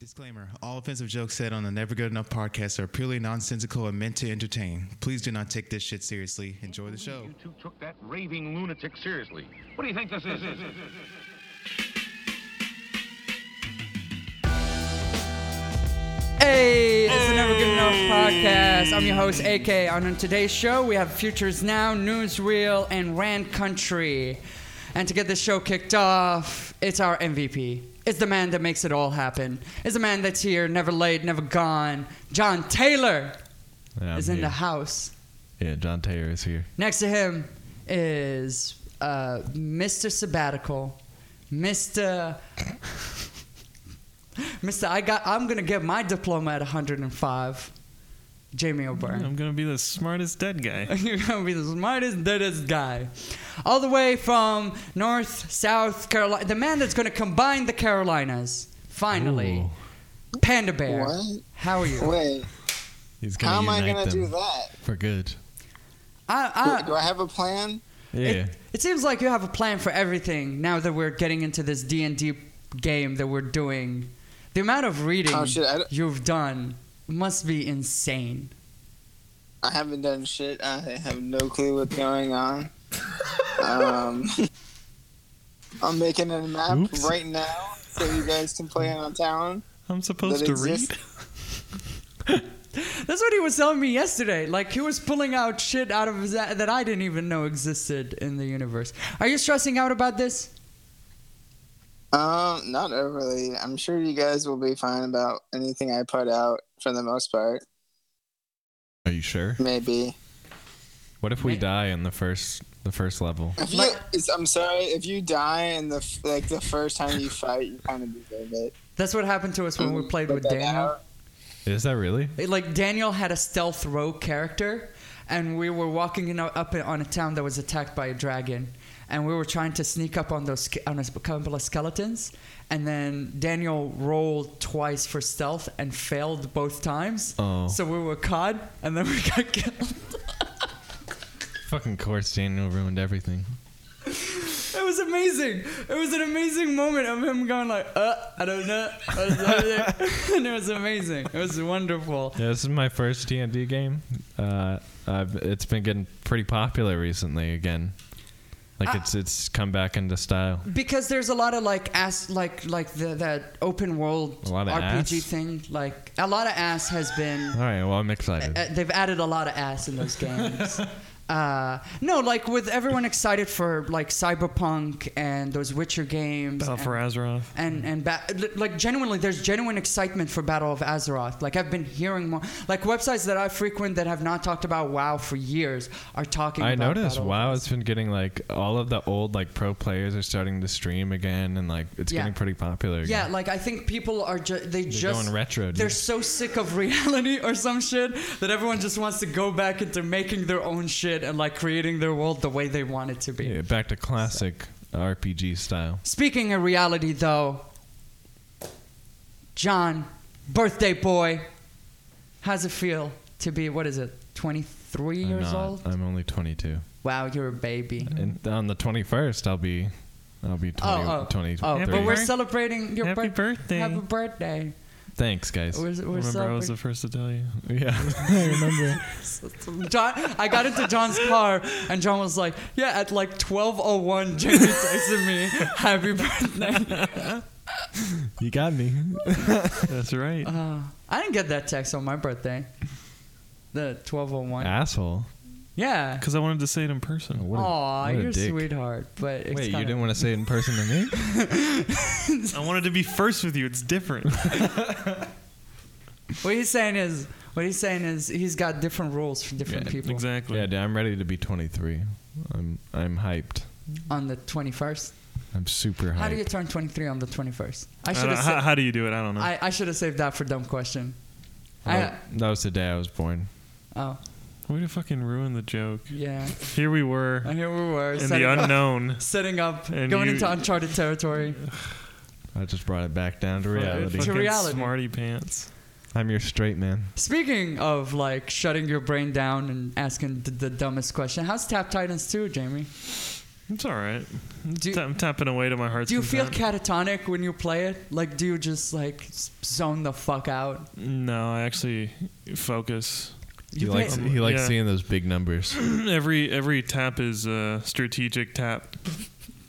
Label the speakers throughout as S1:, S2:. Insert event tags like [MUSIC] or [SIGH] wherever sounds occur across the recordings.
S1: Disclaimer All offensive jokes said on the Never Good Enough podcast are purely nonsensical and meant to entertain. Please do not take this shit seriously. Enjoy the show.
S2: You two took that raving lunatic seriously. What do you think this is?
S3: Hey, it's the Never Good Enough podcast. I'm your host, AK. And on today's show, we have Futures Now, Newsreel, and Rand Country. And to get this show kicked off, it's our MVP. It's the man that makes it all happen. It's the man that's here, never late, never gone. John Taylor
S4: Yeah, I'm
S3: is in
S4: here.
S3: the house.
S4: Yeah, John Taylor is here.
S3: Next to him is uh, Mr. Sabbatical, Mr. Mr. I got. I'm gonna get my diploma at 105. Jamie O'Byrne.
S4: I'm gonna be the smartest dead guy.
S3: [LAUGHS] You're gonna be the smartest, deadest guy, all the way from North South Carolina. The man that's gonna combine the Carolinas. Finally, Panda Bear.
S5: What?
S3: How are you?
S5: Wait,
S4: He's gonna
S5: how am I
S4: unite
S5: gonna
S4: them
S5: do that?
S4: for good?
S3: I,
S5: do I have a plan?
S4: Yeah,
S3: It, it seems like you have a plan for everything now that we're getting into this D and D game that we're doing. The amount of reading
S5: Oh, shit, I don't-
S3: you've done must be insane.
S5: I haven't done shit. I have no clue what's going on. um, I'm making a map
S4: Oops.
S5: right now so you guys can play it on town.
S4: I'm supposed
S5: that
S4: to
S5: exists.
S4: read.
S3: That's what he was telling me yesterday. Like he was pulling out shit out of his that I didn't even know existed in the universe. Are you stressing out about this?
S5: Um, not overly. I'm sure you guys will be fine about anything I put out for the most part.
S4: Are you sure?
S5: Maybe.
S4: What if we
S3: Wait.
S4: die in the first the first level?
S5: If you,
S3: Like-
S5: it's, I'm sorry. If you die in the f- like the first time you fight, you kind of deserve it.
S3: That's what happened to us when we played
S5: Put
S3: with
S5: Mm, that
S3: Daniel.
S5: out.
S4: Is that really?
S3: It- like Daniel had a stealth rogue character, and we were walking in, up on a town that was attacked by a dragon, and we were trying to sneak up on those ske- on a sp- couple of skeletons, and then Daniel rolled twice for stealth and failed both times.
S4: Oh.
S3: So we were caught, and then we got killed.
S4: Fucking course, Daniel ruined everything.
S3: It was amazing. It was an amazing moment of him going like, "Uh, I don't know," [LAUGHS] and it was amazing. It was wonderful.
S4: Yeah, this is my first D and D game. Uh, I've, it's been getting pretty popular recently again. Like
S3: Ah.
S4: it's it's come back into style.
S3: because there's a lot of like ass like like the that open world
S4: A lot of
S3: RPG
S4: ass?
S3: thing like a lot of ass has
S4: [LAUGHS]
S3: been
S4: All right, well I'm excited.
S3: uh, they've added a lot of ass in those
S4: [LAUGHS]
S3: games. Uh, no, like with everyone excited for like Cyberpunk and those Witcher games,
S6: Battle
S3: and,
S6: for Azeroth.
S3: and and ba- li- like genuinely, there's genuine excitement for Battle of Azeroth. Like I've been hearing more, like websites that I frequent that have not talked about WoW for years are talking.
S4: I
S3: about
S4: noticed
S3: Battle of
S4: WoW
S3: Azeroth.
S4: has been getting like all of the old like pro players are starting to stream again and like it's
S3: Yeah.
S4: getting pretty popular. Again.
S3: Yeah, like I think people are just they just
S4: going retro, dude.
S3: They're so sick of [LAUGHS] reality or some shit that everyone just wants to go back into making their own shit and like creating their world the way they want it to be.
S4: Yeah, back to classic RPG style.
S3: Speaking of reality, though, John, birthday boy, how's it feel to be what is it, twenty three
S4: I'm
S3: years
S4: not-
S3: old?
S4: I'm only 22.
S3: wow, you're a baby.
S4: And on the 21st, I'll be, I'll be 20,
S3: Oh, oh,
S4: 20
S3: oh!
S6: Happy
S3: But we're
S6: birth-
S3: celebrating your
S6: happy
S3: birth-
S6: birthday.
S3: Happy birthday!
S4: Thanks, guys.
S3: We're, we're
S6: Remember, I was
S3: celebrating-
S6: the first to tell you.
S4: [LAUGHS] yeah.
S6: [LAUGHS]
S3: John, I got into John's car, and John was like, "Yeah, at like 12:01, Jamie texted me, happy birthday."
S4: you got [LAUGHS] me.
S6: That's right.
S3: Uh, I didn't get that text on my birthday. The 12:01.
S4: Asshole.
S3: Yeah.
S6: Because I wanted to say it in person.
S4: [LAUGHS] What a-
S3: Aw,
S4: what a
S3: you're a
S4: dick.
S3: sweetheart, but it's
S4: Wait, you
S3: kinda-
S4: didn't want to say it in person to me?
S6: I wanted to be first with you. It's different.
S3: What he's saying is, what he's saying is, he's got different rules for different
S4: Yeah,
S3: people.
S6: exactly.
S4: yeah, dude, I'm ready to be 23. I'm, I'm hyped.
S3: On the 21st,
S4: I'm super hyped.
S3: how do you turn 23 on the 21st? I
S6: I
S3: should
S6: don't-
S3: have
S6: how,
S3: said.
S6: how do you do it? I don't know.
S3: I, I should have saved that for dumb question.
S4: Oh,
S3: I,
S4: that was the day I was born.
S3: oh
S6: Way to fucking ruin the
S3: [LAUGHS]
S6: joke.
S3: yeah,
S6: Here we were
S3: and here we were.
S6: in
S3: setting
S6: the
S3: up-
S6: unknown.
S3: setting up,
S6: And
S3: going
S6: you-
S3: into uncharted territory.
S4: I just brought it back down to [LAUGHS]
S6: Reality.
S4: reality.
S3: To reality.
S6: Smarty pants.
S4: I'm your straight man.
S3: Speaking of like shutting your brain down and asking th- the dumbest question, how's Tap Titans 2, Jamie?
S6: It's all right.
S3: Do-
S6: Ta- I'm tapping away to my heart.
S3: Do you feel
S6: sometime.
S3: catatonic when you play it? Like, do you just like s- zone the fuck out?
S6: no, I actually focus. [CLEARS THROAT]
S4: He
S3: play-
S4: likes he likes
S6: Yeah.
S4: seeing those big numbers.
S6: every every tap is a strategic tap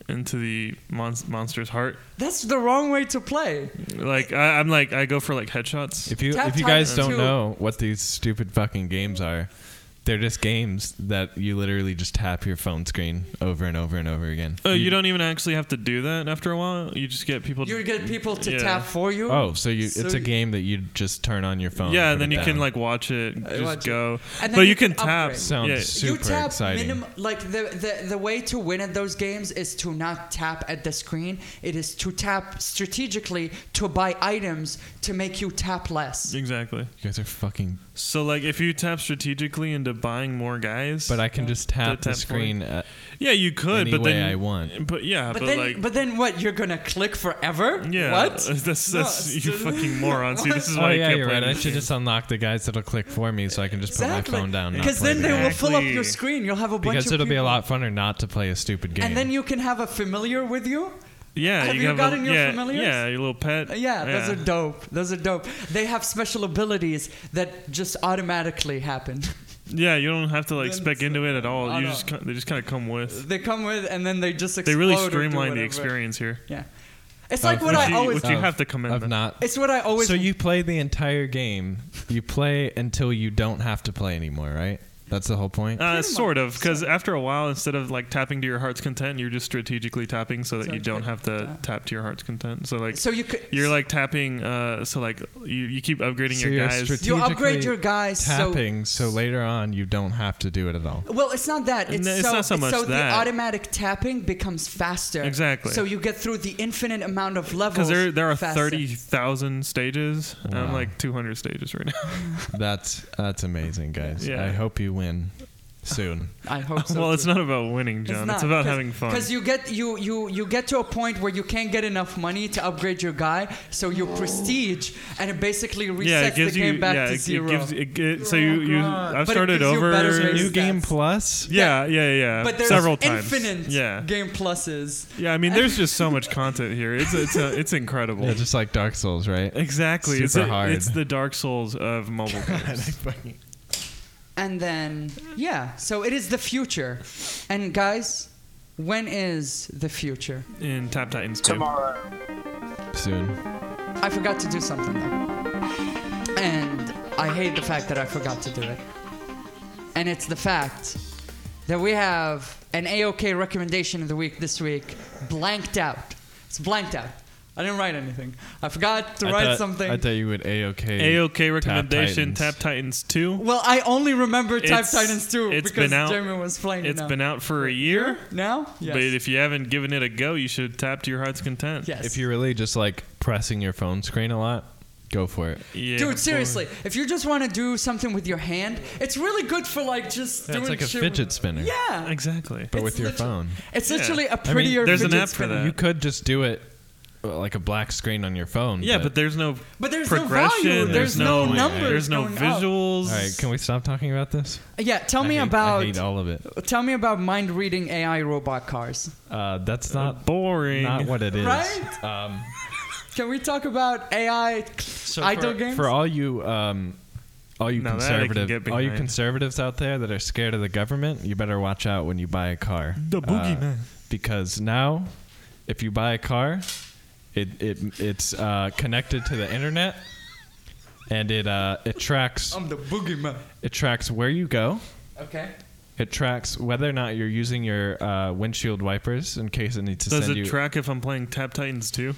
S6: into the mon- monster's heart.
S3: That's the wrong way to play.
S6: Like I, I'm like I go for like headshots.
S4: If you
S3: Tap
S4: if you
S3: Titan
S4: guys don't
S3: two.
S4: know what these stupid fucking games are, they're just games that you literally just tap your phone screen over and over and over again.
S6: Uh, you don't even actually have to do that. After a while, you just get people.
S3: You get people to
S6: Yeah.
S3: tap for you.
S4: Oh, so you
S3: So
S4: it's a
S3: you-
S4: game that you just turn on your phone. and
S6: yeah, and
S4: put
S6: then
S4: it
S6: you can
S4: down.
S6: like watch it, just
S3: watch it.
S6: go.
S3: And then
S6: But
S3: you
S6: you can
S3: can
S6: tap.
S3: upgrade.
S4: sounds
S6: yeah.
S4: super
S3: you tap
S4: exciting.
S3: minim- like the, the the way to win at those games is to not tap at the screen. It is to tap strategically to buy items to make you tap less.
S6: Exactly.
S4: you guys are fucking.
S6: So like if you tap strategically into buying more guys,
S4: But I can just tap
S6: The
S4: the
S6: tap
S4: screen at
S6: yeah you could,
S4: any
S6: but
S4: way
S6: then
S4: I want.
S6: But yeah,
S3: But,
S6: but,
S3: then,
S6: like
S3: but then what? You're gonna click forever? [LAUGHS]
S6: yeah,
S3: What?
S6: [LAUGHS] That's
S3: No,
S6: that's
S3: it's- [LAUGHS]
S6: you fucking moron. See, this is
S4: Oh
S6: why
S4: yeah,
S6: I can't
S4: you're
S6: play
S4: right. I
S6: this
S4: should
S6: game.
S4: just unlock the guys that'll click for me, so I can just put my phone down. not
S3: Because
S4: play
S3: then
S4: the
S3: they
S4: game.
S3: will fill up your
S6: Exactly.
S3: screen. You'll have a bunch
S4: Because
S3: of
S4: it'll be a
S3: people.
S4: lot funner not to play a stupid game.
S3: And then you can have a familiar with you.
S6: Yeah,
S3: Have
S6: you
S3: you
S6: have
S3: gotten
S6: a,
S3: your
S6: yeah,
S3: familiars?
S6: Yeah, your little pet.
S3: Uh, Yeah, those are dope. Those are dope. They have special abilities that just automatically happen. [LAUGHS]
S6: Yeah, you don't have to like
S3: Then
S6: spec
S3: it's
S6: into it at all.
S3: I
S6: You
S3: know.
S6: just ki- they just kind of come with.
S3: they come with, and then they just
S6: They
S3: explode
S6: really
S3: or do
S6: streamline the
S3: whatever.
S6: experience here.
S3: Yeah, it's like
S4: Of
S3: what
S4: the-
S3: I
S6: Which you-
S3: always.
S6: which you have to come in
S4: of
S6: then.
S4: not
S3: It's what I always.
S4: So you play the entire game. You play until you don't have to play anymore, right? That's the whole point.
S6: Uh,
S3: much,
S6: sort of, because after a while, instead of like tapping to your heart's content, you're just strategically tapping so that you don't have to tap to your heart's content. So like,
S3: So you could.
S6: you're like tapping. Uh, so like you, you keep upgrading
S4: So
S6: your
S4: you're
S6: guys.
S4: strate-
S3: You upgrade
S4: strategically
S3: your guys. So
S4: Tapping, so, later on you don't have to do it at all.
S3: Well, it's not that. It's,
S6: No, it's
S3: so,
S6: not so much
S3: so
S6: that.
S3: the automatic tapping becomes faster.
S6: Exactly.
S3: So you get through the infinite amount of levels.
S6: Because there there are
S3: faster.
S6: thirty thousand stages. and I'm
S4: Wow.
S6: like two hundred stages right now.
S4: That's that's amazing, guys.
S6: Yeah.
S4: I hope you win soon.
S3: I
S6: [LAUGHS]
S3: hope Oh, so.
S6: well, it's
S3: too.
S6: not about winning, John. It's, about having fun.
S3: Because you get you you you get to a point where you can't get enough money to upgrade your guy, so your prestige, and it basically resets the game back to
S6: it-
S3: zero.
S6: It gives, it, it, so you,
S4: Oh,
S6: you I've
S3: But it
S6: started
S3: gives you
S6: over.
S3: better
S6: you-
S3: New
S4: New
S3: Stats. game
S4: game plus.
S6: yeah, yeah, yeah.
S3: but there's
S6: several times.
S3: infinite
S6: Yeah,
S3: game pluses.
S6: yeah. I mean, there's just so much content here. It's it's a, it's incredible.
S4: [LAUGHS] Yeah, just like Dark Souls, right?
S6: exactly. it's
S4: super
S6: a-
S4: hard.
S6: It's the Dark Souls of
S4: [LAUGHS]
S6: mobile games.
S3: And then yeah, so it is the future. And guys, when is the future?
S6: in Tap Titans 2.
S5: Tomorrow.
S4: Soon.
S3: I forgot to do something though. And I hate the fact that I forgot to do it. And it's the fact that we have an AOK recommendation of the week this week, blanked out. It's blanked out. I didn't write anything. I forgot to write something.
S4: I thought you would a okay.
S6: AOK recommendation:
S4: Titans.
S6: Tap Titans 2.
S3: well, I only remember Type
S6: It's-
S3: Titans 2
S6: it's
S3: because
S6: been out-
S3: Jeremy was playing
S6: It's
S3: it. now.
S6: been out for a year,
S3: now? Yes.
S6: but if you haven't given it a go, you should tap to your heart's content.
S3: yes.
S4: If you're really just like pressing your phone screen a lot, go for it.
S6: Yeah.
S3: Dude, seriously, if you just want to do something with your hand, it's really good for like just
S4: Yeah,
S3: doing
S4: it's like a
S3: shit
S4: fidget
S3: with-
S4: spinner,
S3: Yeah.
S6: Exactly.
S4: but
S3: It's
S4: with your
S3: literally-
S4: phone.
S3: It's
S6: Yeah.
S3: literally a
S4: I mean,
S3: prettier.
S6: there's an
S3: fidget
S6: app for
S3: spinner.
S6: that.
S4: You could just do it uh, like a black screen on your phone.
S6: Yeah, but there's no
S3: But there's no
S6: progression.
S3: value. There's,
S4: There's
S3: no,
S4: no way.
S3: numbers.
S6: There's no
S3: going up.
S6: visuals.
S4: all right, can we stop talking about this?
S3: Yeah, tell
S4: I
S3: me
S4: hate- I hate
S3: about
S4: all of it.
S3: tell me about mind reading AI robot cars.
S4: Uh, that's not
S6: boring.
S4: not what it is.
S3: Right?
S4: Um,
S3: Can we talk about AI idle
S4: for,
S3: games?
S4: for all you um, all you
S6: Now that I can
S4: conservative
S6: get
S4: all you
S6: behind.
S4: conservatives out there that are scared of the government, you better watch out when you buy a car. Uh,
S6: The boogeyman.
S4: because now, if you buy a car, it it it's uh, connected to the internet, and it uh, it tracks
S3: I'm the boogeyman.
S4: it tracks where you go.
S3: Okay.
S4: It tracks whether or not you're using your uh, windshield wipers in case it needs to
S6: Does
S4: send
S6: it
S4: you.
S6: track if I'm playing Tap
S3: [LAUGHS]
S6: Titans too?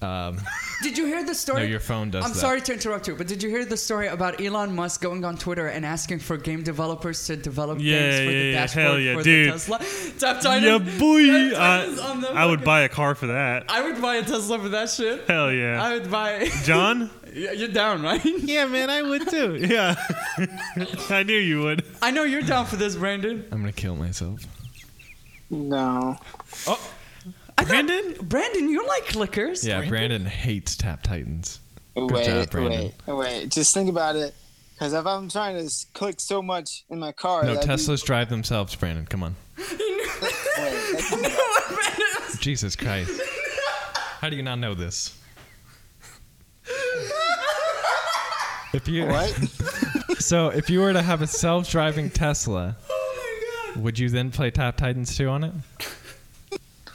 S4: um,
S3: Did you hear the
S4: no,
S3: story?
S4: your phone does.
S3: I'm
S4: that.
S3: sorry to interrupt you, but did you hear the story about Elon Musk going on Twitter and asking for game developers to develop
S6: Yeah,
S3: games for the
S6: yeah, yeah,
S3: dashboard
S6: hell yeah,
S3: for
S6: dude.
S3: the Tesla? [LAUGHS] Tap Titan.
S6: Yeah, boy.
S3: Tap Titan's on the
S6: I, I would
S3: fucking-
S6: buy a car for that.
S3: I would buy a Tesla for that shit.
S6: Hell yeah.
S3: I would
S6: [LAUGHS]
S3: buy. [LAUGHS]
S6: John?
S3: You're down, right? [LAUGHS]
S6: yeah, man, I would too. [LAUGHS] Yeah. I knew you would.
S3: I know you're down for this, Brandon.
S4: I'm gonna kill myself.
S5: No.
S3: I thought- Brandon, you like liquors.
S4: Yeah, Brandon hates Tap Titans.
S5: wait,
S4: job, Brandon.
S5: wait, wait. Just think about it. Because if I'm trying to s- click so much in my car,
S4: No,
S5: that'd
S3: [LAUGHS]
S5: be-
S4: Teslas drive themselves, Brandon. Come on. [LAUGHS]
S5: Wait,
S4: Jesus Christ. How do you not know this? If you
S5: what?
S4: [LAUGHS] so if you were to have a self-driving Tesla,
S3: Oh my god.
S4: would you then play Tap Titans 2 on it?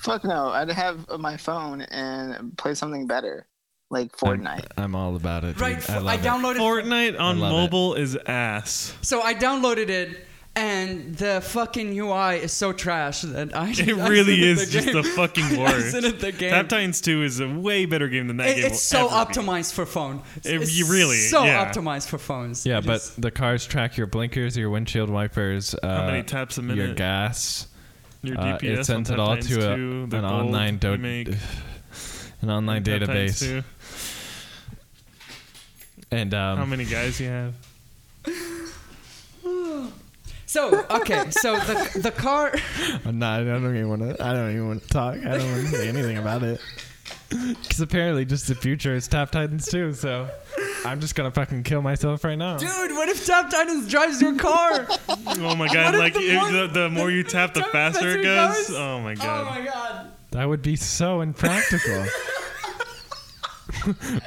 S5: Fuck no. I'd have my phone and play something better, like Fortnite.
S4: I'm all about it. dude.
S3: Right,
S4: I
S3: I,
S4: love it.
S3: downloaded
S6: Fortnite on
S4: love it.
S6: mobile is
S3: [LAUGHS]
S6: ass.
S3: So I downloaded it, and the fucking UI is so trash that [LAUGHS] I.
S6: It really is
S3: the
S6: just
S3: game.
S6: the fucking
S3: [LAUGHS] I
S6: worst.
S3: sent it the game.
S6: Tap Titans 2 is a way better game than that
S3: It-
S6: game. will
S3: it's so
S6: ever be.
S3: optimized for phone. It's,
S6: It-
S3: it's
S6: you really-
S3: so
S6: yeah.
S3: optimized for phones.
S4: Yeah,
S3: It
S4: but
S3: is-
S4: the cars track your blinkers, your windshield wipers, uh,
S6: How many taps a
S4: your
S6: minute?
S4: gas.
S6: Your
S4: Uh,
S6: DPS.
S4: it sends
S6: on
S4: it
S6: Tap
S4: all
S6: Titans
S4: to a,
S6: 2,
S4: an
S6: the gold
S4: online do-
S6: remake,
S4: an online
S6: Tap Titans
S4: database.
S6: 2.
S4: And um,
S6: How many guys you
S3: [LAUGHS]
S6: have?
S3: so okay, so the the car. [LAUGHS]
S4: I'm not, I don't even want to. I don't even want to talk. I don't want to say anything about [LAUGHS] it. Because apparently, just the future is Tap Titans too. So I'm just gonna fucking kill myself right now.
S3: Dude, what if Tap Titans drives your
S6: [LAUGHS]
S3: car?
S6: Oh my god!
S3: What if
S6: like
S3: the
S6: if
S3: more-
S6: the, the more you tap, the
S3: tap-
S6: faster
S3: faster
S6: it
S3: it
S6: goes.
S3: goes?
S6: Oh my
S3: oh
S6: god!
S3: my god.
S4: That would be so
S6: [LAUGHS]
S4: impractical. [LAUGHS]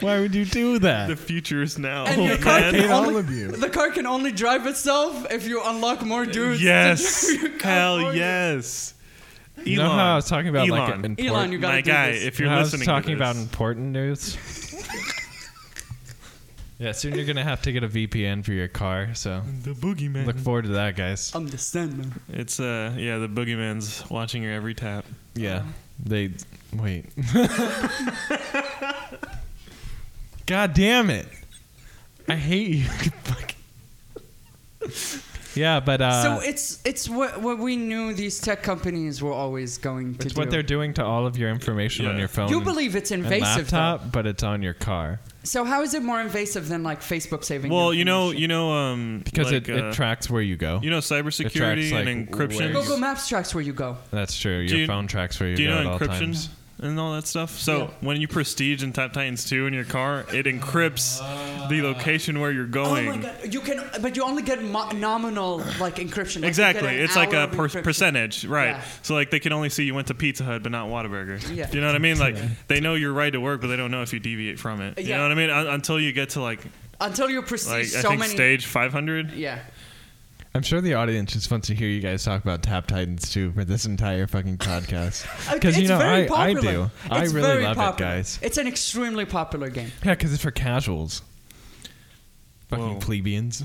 S4: Why would you do
S6: The
S4: that?
S6: future is now. Oh,
S3: And your
S6: man.
S3: car can
S4: Hate all
S3: only-
S4: of you.
S3: The car can only drive itself if you unlock more dudes. to [LAUGHS]
S6: Yes.
S3: drive your car for
S6: Hell
S3: you.
S6: yes. Elon.
S4: You know how I was talking about like
S6: Elon.
S4: an important.
S3: Elon, you gotta
S6: my
S3: do
S6: guy,
S3: this.
S6: if you're
S4: I was
S6: listening, to
S4: talking about
S6: this,
S4: important
S6: [LAUGHS]
S4: news. yeah, soon you're gonna have to get a VPN for your car. So
S6: the boogeyman.
S4: look forward to that, guys.
S3: Understand me.
S6: It's uh yeah, the boogeyman's watching your every tap.
S4: Yeah.
S3: Um,
S4: They wait. God damn it. I hate you. [LAUGHS] Fuck. yeah, but uh
S3: so it's it's what what we knew these tech companies were always going to
S4: it's
S3: do.
S4: what they're doing to all of your information on
S6: Yeah.
S4: your phone.
S3: you
S4: and-
S3: believe it's
S4: and
S3: invasive, though.
S4: laptop, but it's on your car
S3: So how is it more invasive than like Facebook saving?
S6: Well,
S3: your
S6: you know,
S3: information?
S6: you know, um,
S4: because
S6: like,
S4: it,
S6: uh,
S4: it tracks where you go.
S6: you know, cybersecurity
S4: like,
S6: and
S4: where
S6: encryption.
S4: you-
S3: Google Maps tracks where you go.
S4: That's true. Your
S6: Do you-
S4: phone tracks where you
S6: Do you
S4: go
S6: know
S4: at all
S6: encryption
S4: times.
S6: and all that stuff? So
S3: Yeah.
S6: when you prestige and Tap Titans two in your car, it encrypts the location where you're going.
S3: Oh my god! You can, but you only get mo- nominal like encryption. Like, you
S6: Exactly,
S3: get an
S6: it's like
S3: hour
S6: a
S3: of
S6: per-
S3: encryption.
S6: percentage, right?
S3: Yeah.
S6: So like they can only see you went to Pizza Hut, but not Whataburger.
S3: Yeah.
S6: Do you know what I mean? Like they know your right to work, but they don't know if you deviate from it. You
S3: Yeah.
S6: know what I mean? Un- until you get to like
S3: Until you perceive
S6: like I
S3: so
S6: think
S3: many.
S6: stage 500.
S3: Yeah.
S4: I'm sure the audience just wants to hear you guys talk about Tap Titans too for this entire fucking
S3: [LAUGHS]
S4: podcast. Because
S3: Uh,
S4: you
S3: It's
S4: know
S3: very
S4: I, I
S3: popular.
S4: do. I
S3: It's
S4: really
S3: very
S4: love
S3: popular.
S4: it, guys.
S3: It's an extremely popular game.
S4: Yeah, because it's for casuals. Fucking
S6: Whoa.
S4: plebeians.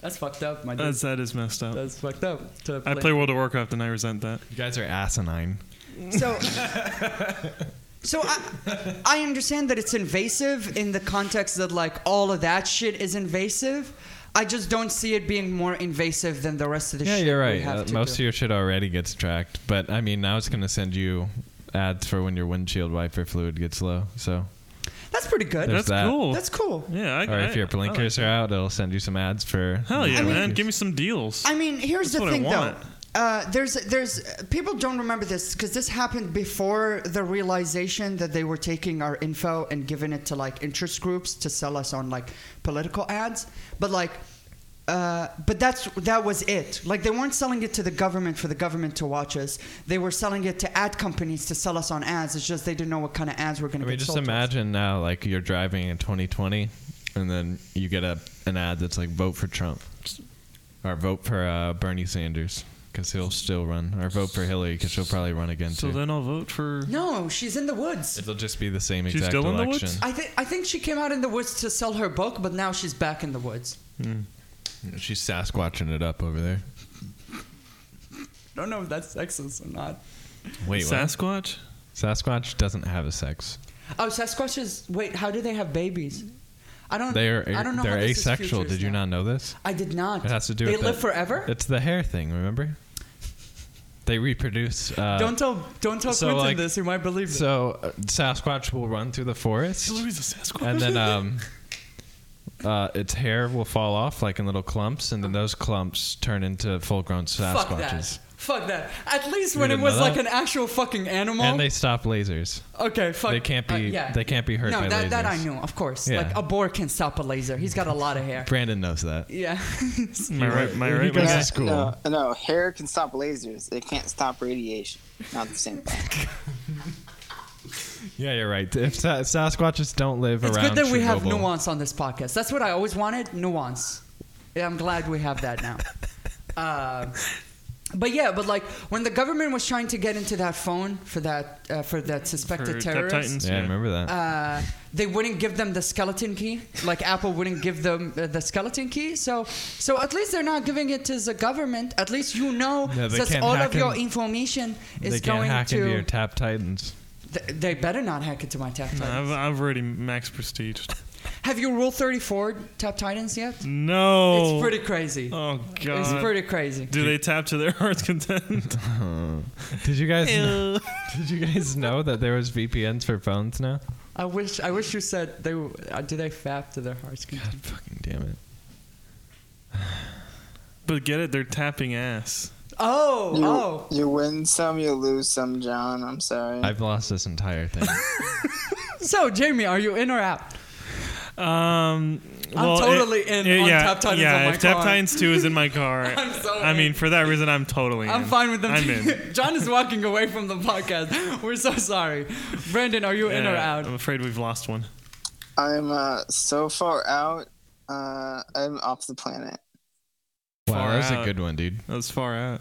S3: That's fucked up, my dude.
S6: That's
S3: That's,
S6: that is messed up.
S3: fucked up. to
S6: I play World of Warcraft and I resent that.
S4: You guys are asinine.
S3: So, so I, I understand that it's invasive in the context that like all of that shit is invasive. I just don't see it being more invasive than the rest of the
S4: yeah,
S3: shit.
S4: you're
S3: we
S4: right.
S3: have
S4: Uh,
S3: to
S4: most
S3: do.
S4: of your shit already gets tracked. But I mean, I was gonna send you ads for when your windshield wiper fluid gets low. So
S3: That's pretty good.
S4: There's
S6: That's
S4: that.
S6: cool.
S3: That's cool.
S6: yeah. I,
S4: or
S6: I,
S4: if your
S6: I
S4: blinkers are out, it'll send you some ads for.
S6: Hell yeah,
S3: I mean-
S6: man! Give me some deals.
S3: I mean, here's the
S6: That's what I
S3: thing, though.
S6: want.
S3: Uh, there's, there's, people don't remember this because this happened before the realization that they were taking our info and giving it to like interest groups to sell us on like political ads. But like, uh, but that's that was it. Like they weren't selling it to the government for the government to watch us. They were selling it to ad companies to sell us on ads. It's just they didn't know what kind of ads were going
S4: I
S3: to
S4: mean,
S3: get
S4: just
S3: sold to us.
S4: imagine now, like you're driving in 2020, and then you get a an ad that's like, "Vote for Trump," or "Vote for uh, Bernie Sanders," because he'll still run, or "Vote for Hillary," because she'll probably run again
S6: so
S4: too.
S6: then I'll vote for.
S3: No, she's in the woods.
S4: It'll just be the same
S6: She's
S4: exact
S6: still in the
S4: election.
S6: woods?
S3: I think I think she came out in the woods to sell her book, but now she's back in the woods.
S4: She's Sasquatching it up over there.
S3: I don't know if that's sexist or not.
S4: Wait, what?
S6: Sasquatch?
S4: Sasquatch doesn't have a sex.
S3: Oh, Sasquatches. Wait, how do they have babies? I don't.
S4: They are.
S3: I don't know.
S4: they're
S3: how this is
S4: asexual.
S3: futures
S4: Did you
S3: now.
S4: not know this?
S3: I did not.
S4: It has to do.
S3: They
S4: with
S3: live
S4: that-
S3: forever.
S4: It's the hair thing. Remember? They reproduce. Uh,
S3: don't tell. Don't tell
S4: so,
S3: Quentin
S4: like-
S3: this. He might believe so,
S4: so uh, Sasquatch will run through the forest.
S6: Hillary's a Sasquatch.
S4: and then um,
S6: [LAUGHS]
S4: uh, its hair will fall off like in little clumps, and then those clumps turn into full-grown
S3: Fuck
S4: Sasquatches.
S3: that. Fuck that. At least when it
S4: didn't
S3: was
S4: know that?
S3: like an actual fucking animal.
S4: And they stop lasers.
S3: okay, fuck.
S4: They can't
S3: uh,
S4: be-
S3: yeah.
S4: they can't be hurt
S3: No,
S4: by
S3: that, that I
S4: lasers.
S3: knew, of course.
S4: Yeah.
S3: Like a boar can stop a laser. He's got a lot of
S4: [LAUGHS]
S3: hair.
S4: Brandon knows that.
S3: Yeah. [LAUGHS]
S6: Am I right? Am I right?
S4: goes
S6: my
S4: to
S6: guy?
S4: s- school.
S5: No, no, hair can stop lasers. It can't stop radiation. Not the same thing.
S4: Yeah, you're right. If Sa- Sasquatches don't live
S3: it's
S4: around
S3: good that we have
S4: Chernobyl-
S3: nuance on this podcast. That's what I always wanted nuance. Yeah, I'm glad we have that
S4: [LAUGHS]
S3: now. uh, but yeah, but like when the government was trying to get into that phone for that uh, for that
S6: For
S3: suspected
S6: Tap
S3: terrorist,
S6: Titans,
S4: Yeah, I remember that.
S3: uh, they wouldn't give them the skeleton key. Like Apple wouldn't give them uh, the skeleton key. So, so at least they're not giving it to the government. At least you know
S4: No, they
S3: that
S4: can't
S3: all
S4: hack
S3: of your
S4: in-
S3: information is
S4: they can't
S3: going
S4: hack
S3: to.
S4: into your
S3: [LAUGHS]
S4: Tap Titans.
S3: Th- they better not hack into my Tap
S6: No, I've,
S3: Titans.
S6: I've already
S3: [LAUGHS]
S6: max prestige.
S3: Have you Rule Thirty Four Tap Titans yet?
S6: No.
S3: It's pretty crazy.
S6: Oh god.
S3: it's pretty crazy.
S6: Do they tap to their [LAUGHS] heart's content?
S4: Did you guys know, did you guys know that there was VPNs for phones now?
S3: I wish I wish you said they w- uh, do they fap to their hearts content.
S4: Fucking damn it.
S6: [LAUGHS] but get it, they're tapping ass.
S3: Oh,
S5: You,
S3: oh.
S5: you win some, you lose some, John. I'm sorry.
S4: I've lost this
S3: [LAUGHS]
S4: entire thing.
S3: oh. So Jamie, are you in or out?
S6: Um,
S3: I'm
S6: well,
S3: totally
S6: it-
S3: in
S6: it-
S3: on
S6: yeah,
S3: Tap Titans
S6: Yeah,
S3: on my
S6: if Tap
S3: car.
S6: Titans 2 is
S3: [LAUGHS]
S6: in my car,
S3: I'm so
S6: I mean,
S3: in.
S6: for that reason, I'm totally in.
S3: I'm fine with them.
S6: I'm in.
S3: John is walking away from the podcast. We're so sorry. Brandon, are you [LAUGHS] in or
S6: Yeah,
S3: out?
S6: I'm afraid we've lost one.
S5: I'm uh, so far out. Uh, I'm off the planet.
S4: wow,
S6: Far
S4: that was
S6: out.
S4: a good one, dude.
S6: That was far out.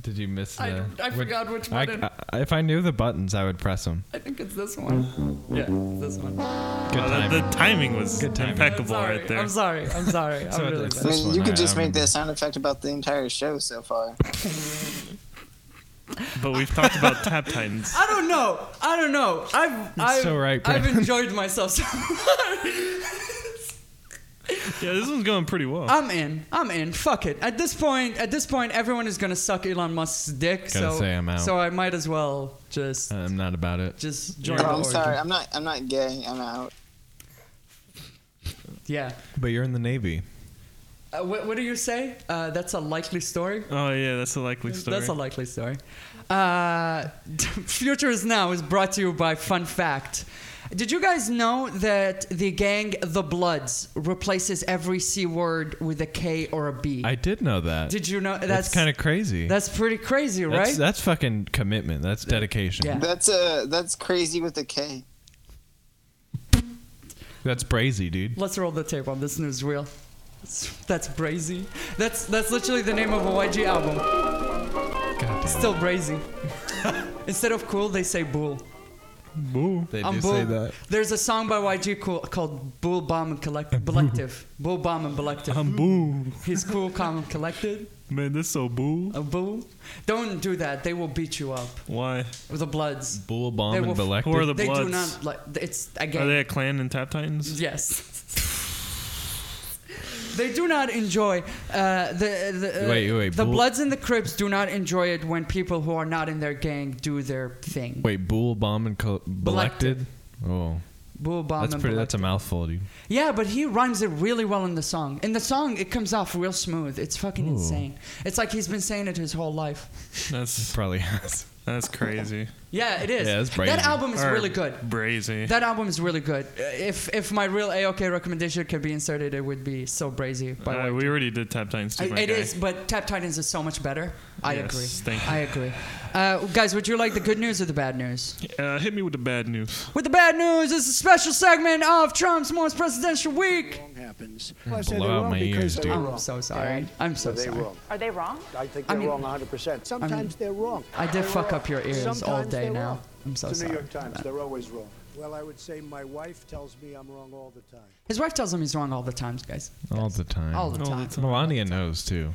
S4: Did you miss the?
S3: I, don't- I
S4: Would-
S3: forgot which
S4: I-
S3: button. I,
S4: I- if I knew the buttons, I would press them.
S3: think it's this one. Yeah, it's this one.
S4: Good
S6: Oh, that-
S4: time.
S6: the, timing was
S4: Good timing.
S3: I'm
S6: impeccable
S3: sorry.
S6: right there.
S3: I'm sorry. I'm
S6: [LAUGHS]
S3: sorry. I'm
S4: So
S3: really
S4: it's-
S5: I
S3: sorry.
S4: This
S5: mean,
S4: one,
S5: you
S4: I-
S5: could
S4: I
S5: just make
S4: remember.
S5: that sound effect about the entire show
S4: [LAUGHS]
S5: so far.
S6: But we've talked about Tap
S3: [LAUGHS]
S6: Titans.
S3: I don't know. I don't know. I've I've,
S4: so right,
S3: I've
S4: Brandon.
S3: enjoyed myself so [LAUGHS] much.
S6: Yeah, this one's going pretty well.
S3: I'm in. I'm in. Fuck it. At this point, at this point, everyone is gonna suck Elon Musk's dick.
S4: Gotta
S3: so,
S4: say I'm out.
S3: so I might as well just
S4: Uh, I'm not about it.
S3: just join.
S5: Oh,
S3: the
S5: I'm
S3: orgy.
S5: sorry. I'm not. I'm not gay. I'm out.
S3: Yeah.
S4: But you're in the Navy.
S3: Uh, what, what do you say? Uh, that's a likely story.
S6: Oh yeah, that's a likely story.
S3: That's a likely story. Uh, [LAUGHS] Future is Now is brought to you by Fun Fact. Did you guys know that the gang The Bloods replaces every C word with a K or a B?
S4: I did know that.
S3: Did you know
S4: that's
S3: that's
S4: kind of crazy.
S3: that's pretty crazy, right?
S4: That's- That's fucking commitment. That's dedication.
S3: Yeah.
S5: That's uh That's crazy with a K.
S4: That's brazy, dude.
S3: Let's roll the tape on this newsreel. That's- That's brazy. That's that's literally the name of a YG album.
S4: God damn.
S3: Still brazy. [LAUGHS] Instead of cool, they say bull.
S4: Boo. They
S3: I'm
S4: do
S3: Bull.
S4: say that.
S3: There's a song by YG cool, called Bull Bomb and
S4: [LAUGHS]
S3: Collect- Collective. Bull Bomb and Collective.
S4: Um.
S6: I'm boo.
S3: He's cool, calm, and collected.
S6: Man, this so boo.
S3: A bull. Don't do that. They will beat you up.
S6: Why?
S3: The Bloods.
S4: Bull bomb
S3: They
S4: and
S3: will-
S4: Belected.
S6: Who are the
S3: They
S6: Bloods?
S3: do not like. It's
S6: Are
S3: again.
S6: they a clan in Tap Titans?
S3: yes. [LAUGHS] They do not enjoy uh, the the, uh,
S4: Wait, wait,
S3: the
S4: Bull-
S3: Bloods and the Crips do not enjoy it when people who are not in their gang do their thing.
S4: Wait, bull bomb and co- Belected. Oh,
S3: Bull bomb
S4: that's
S3: and
S4: pretty.
S3: Black-
S4: That's a mouthful, dude.
S3: Yeah, but he rhymes it really well in the song. In the song, it comes off real smooth. It's fucking insane. It's like he's been saying it his whole life. [LAUGHS]
S6: That's
S4: Probably has.
S6: that's crazy.
S3: Yeah, it is.
S4: Yeah, that's
S3: that
S4: brazen.
S3: album is
S6: Or
S3: really good.
S6: Brazy.
S3: That album is really good. Uh, If if my real AOK recommendation could be inserted, it would be So Brazy. By
S6: Uh,
S3: way.
S6: we already did Tap Titans. Too,
S3: It is,
S6: my guy.
S3: but Tap Titans is so much better. I
S6: Yes,
S3: agree.
S6: thank you.
S3: I agree. Uh, guys, would you like the good news or the bad news?
S6: Uh, hit me with the bad news.
S3: With the bad news, it's a special segment of Trump's most presidential week.
S7: happens.
S3: Hmm.
S4: blow out my ears, dude.
S3: I'm so sorry. I'm so
S7: they
S3: sorry.
S7: wrong.
S8: Are they wrong?
S7: I think
S3: I
S7: they're
S3: mean-
S7: wrong 100%. Sometimes they're wrong.
S3: I did
S7: They're
S3: fuck
S7: wrong.
S3: up your ears all
S7: Sometimes
S3: day
S7: they're
S3: now.
S7: wrong.
S3: I'm so
S7: It's the
S3: sorry.
S7: New York Times. They're always wrong. Well, I would say my wife tells me I'm wrong all the time.
S3: His wife tells him he's wrong all the time, guys.
S4: All the time.
S3: All the time.
S4: Melania knows too.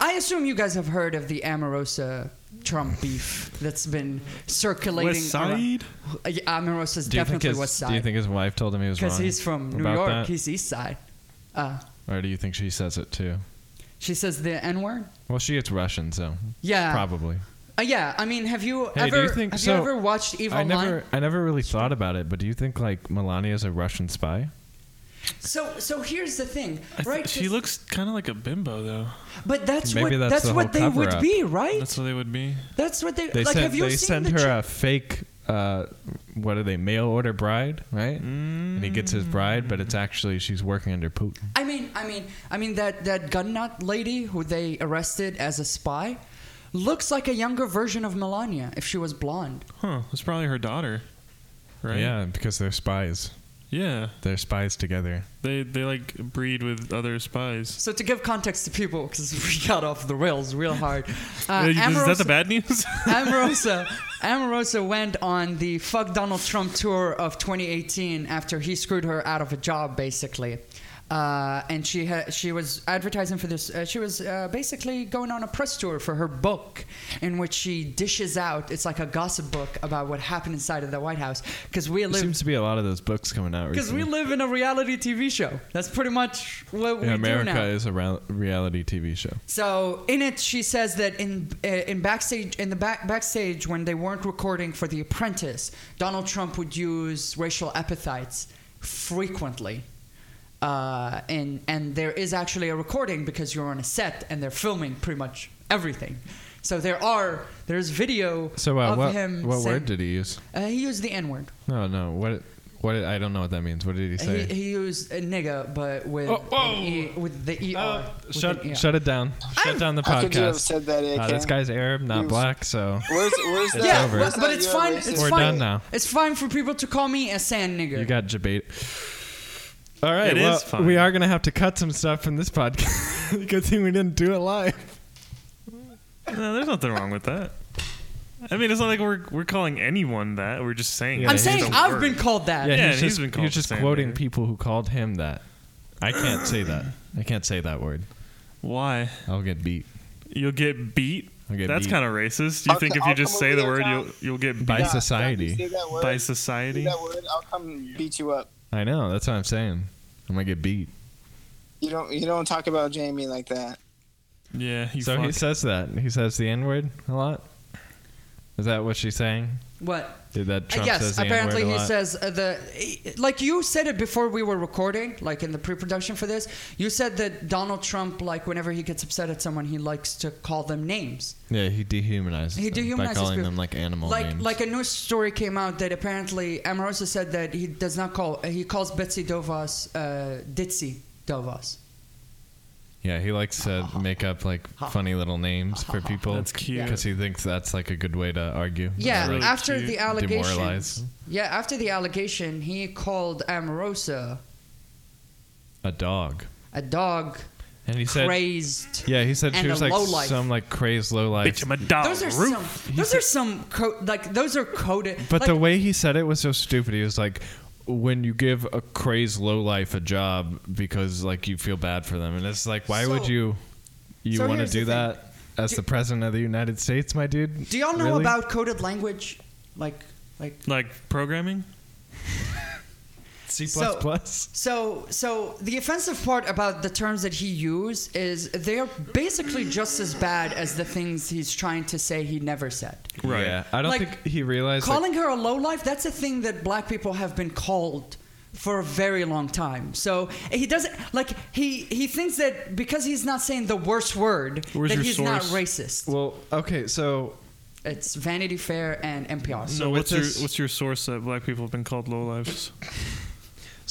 S3: I assume you guys have heard of the Amorosa Trump beef that's been circulating.
S6: West
S3: around-
S6: Side.
S3: Uh, yeah, Amorosa's
S4: Do you think
S3: definitely
S4: his
S3: West Side.
S4: Do you think his wife told him he was wrong?
S3: Because he's from New
S4: about
S3: York,
S4: that?
S3: he's East Side. Uh,
S4: or do you think she says it too?
S3: she says the N word.
S4: Well, she gets Russian, so
S3: Yeah.
S4: probably.
S3: Uh, yeah, I mean, have you
S4: Hey, do
S3: ever
S4: you think-
S3: have
S4: so,
S3: you ever watched Evil
S4: I never,
S3: Line?
S4: I never really thought about it, but do you think like Melania is a Russian spy?
S3: So, so here's the thing, right?
S6: She looks kind of like a bimbo, though.
S3: but that's
S4: Maybe
S3: what
S4: that's
S3: that's,
S4: the
S3: what
S4: whole
S3: they would
S4: cover-up.
S3: be, right?
S6: That's what they would be.
S3: That's what they,
S4: They
S3: like.
S4: sent,
S3: have you
S4: they
S3: seen
S4: sent
S3: the
S4: her
S3: chick-
S4: a fake, uh, what are they, mail order bride, right? And he gets his bride, but
S3: Mm.
S4: it's actually she's working under Putin.
S3: I mean, I mean, I mean that that gun nut lady who they arrested as a spy looks like a younger version of Melania if she was blonde.
S6: Huh? It's probably her daughter, right?
S4: Yeah, because they're spies.
S6: Yeah.
S4: They're spies together.
S6: They they like breed with other spies.
S3: So to give context to people, because [LAUGHS] we got off the rails real hard,
S4: [LAUGHS]
S3: uh,
S6: Is- is that
S3: Amorosa-
S6: the bad news? [LAUGHS]
S3: Amorosa, Amorosa went on the fuck Donald Trump tour of 2018 after he screwed her out of a job, basically. Uh, and she ha- she was advertising for this. Uh, she was uh, basically going on a press tour for her book, in which she dishes out. It's like a gossip book about what happened inside of the White House. Because we
S4: There
S3: live
S4: seems to be a lot of those books coming out
S3: because
S4: recently.
S3: we live in a reality TV show. That's pretty much what
S4: Yeah,
S3: we do
S4: America
S3: now.
S4: is a real- reality TV show.
S3: So in it, she says that in uh, in backstage in the back backstage when they weren't recording for The Apprentice, Donald Trump would use racial epithets frequently, uh, and and there is actually a recording because you're on a set and they're filming pretty much everything. So there are there's video
S4: So uh,
S3: of
S4: what
S3: him.
S4: what
S3: saying-
S4: word did he use?
S3: uh, he used the N word?
S4: No, no. What what I don't know what that means. What did he
S3: He,
S4: say?
S3: he used a nigga, but with
S4: Oh, whoa.
S3: an E- with the er.
S5: Oh,
S4: Uh,
S3: with
S4: shut
S3: an ER.
S4: shut it down. Shut down the
S5: How could you have
S4: podcast.
S5: said that, AK?
S4: Uh, this guy's Arab,
S5: He
S4: not
S5: was-
S4: black, so
S5: Where's, where's
S4: It's
S5: that?
S3: Yeah,
S4: over.
S5: where's
S3: but,
S5: that
S3: but it's
S5: you
S3: fine.
S5: erased
S3: It's
S5: it?
S4: We're
S3: fine.
S4: done now.
S3: It's fine for people to call me a sand nigger.
S4: you got debate. All right,
S6: It
S4: well,
S6: is fine.
S4: we are gonna have to cut some stuff from this podcast. [LAUGHS] Good thing we didn't do it live.
S6: no, there's nothing wrong with that. I mean, it's not like we're we're calling anyone that. We're just saying.
S4: Yeah,
S3: I'm
S6: it's
S4: he's
S3: saying
S6: a
S3: I've
S6: word.
S3: been called that.
S4: Yeah,
S6: Yeah,
S4: he's
S6: he's
S4: just,
S6: been called
S4: he's just
S6: Sam
S4: quoting
S6: Bader.
S4: people who called him that. I can't say that. I can't say that word.
S6: Why?
S4: I'll get beat.
S6: You'll get beat.
S4: I'll get
S6: That's
S4: beat.
S6: kind of racist. You
S5: I'll-
S6: think if
S5: I'll
S6: you just
S5: come
S6: say
S5: over
S6: the
S5: there,
S6: word,
S5: Tom.
S6: you'll you'll get
S4: By
S6: beat
S5: Yeah,
S4: society.
S5: Say that word.
S6: by
S5: Say
S6: society?
S5: that word. I'll come beat you up.
S4: I know. That's what I'm saying. I'm gonna get beat.
S5: You don't. You don't talk about Jamie like that.
S6: Yeah. You
S4: so he
S6: fuck.
S4: says that. He says the N word a lot. Is that what she's saying?
S3: What?
S4: Did that Trump says
S3: Uh, yes,
S4: the
S3: apparently
S4: N-word a
S3: he
S4: lot?
S3: says uh, the like you said it before we were recording, like in the pre-production for this. You said that Donald Trump, like whenever he gets upset at someone, he likes to call them names.
S4: Yeah, he dehumanizes.
S3: He
S4: them
S3: dehumanizes
S4: by calling
S3: people.
S4: them like animal
S3: Like
S4: names.
S3: like a news story came out that apparently Amorosa said that he does not call uh, he calls Betsy Dovas uh, Ditsy Dovas.
S4: yeah, he likes to make up like funny little names for people.
S6: That's cute.
S4: because he thinks that's like a good way to argue.
S3: Yeah,
S6: Really
S3: after
S6: cute.
S3: the allegation.
S4: demoralize
S3: Yeah, after the allegation, he called Amorosa
S4: a dog.
S3: a dog
S4: And he said,
S3: crazed.
S4: yeah, he said she
S3: and
S4: was
S3: a
S4: like
S3: lowlife.
S4: some like crazed lowlife.
S6: Bitch, I'm a dog.
S3: Those are
S6: Roof.
S3: some. Those are some. Co- like those are coded.
S4: But
S3: like,
S4: the way he said it was so stupid. He was like, when you give a crazed lowlife a job because like you feel bad for them, and it's like, why would
S3: So-
S4: you you
S3: so
S4: want to
S3: here's the
S4: do
S3: thing.
S4: that as
S3: Do-
S4: the president of the United States, my dude?
S3: Do y'all know
S4: Really?
S3: about coded language? Like, like
S6: like programming.
S4: C plus
S3: So-
S4: plus?
S3: so. So the offensive part about the terms that he used is they're basically just as bad as the things he's trying to say he never said.
S6: Right.
S4: Yeah, I don't
S3: Like,
S4: think he realized. like-
S3: Calling her a lowlife, that's a thing that black people have been called for a very long time. So he doesn't like he he thinks that because he's not saying the worst word
S6: Where's
S3: that
S6: your
S3: he's not
S6: source?
S3: racist.
S4: well, okay, so
S3: It's Vanity Fair and NPR.
S6: So
S4: with
S6: what's your
S4: this-
S6: what's your source that black people have been called lowlives?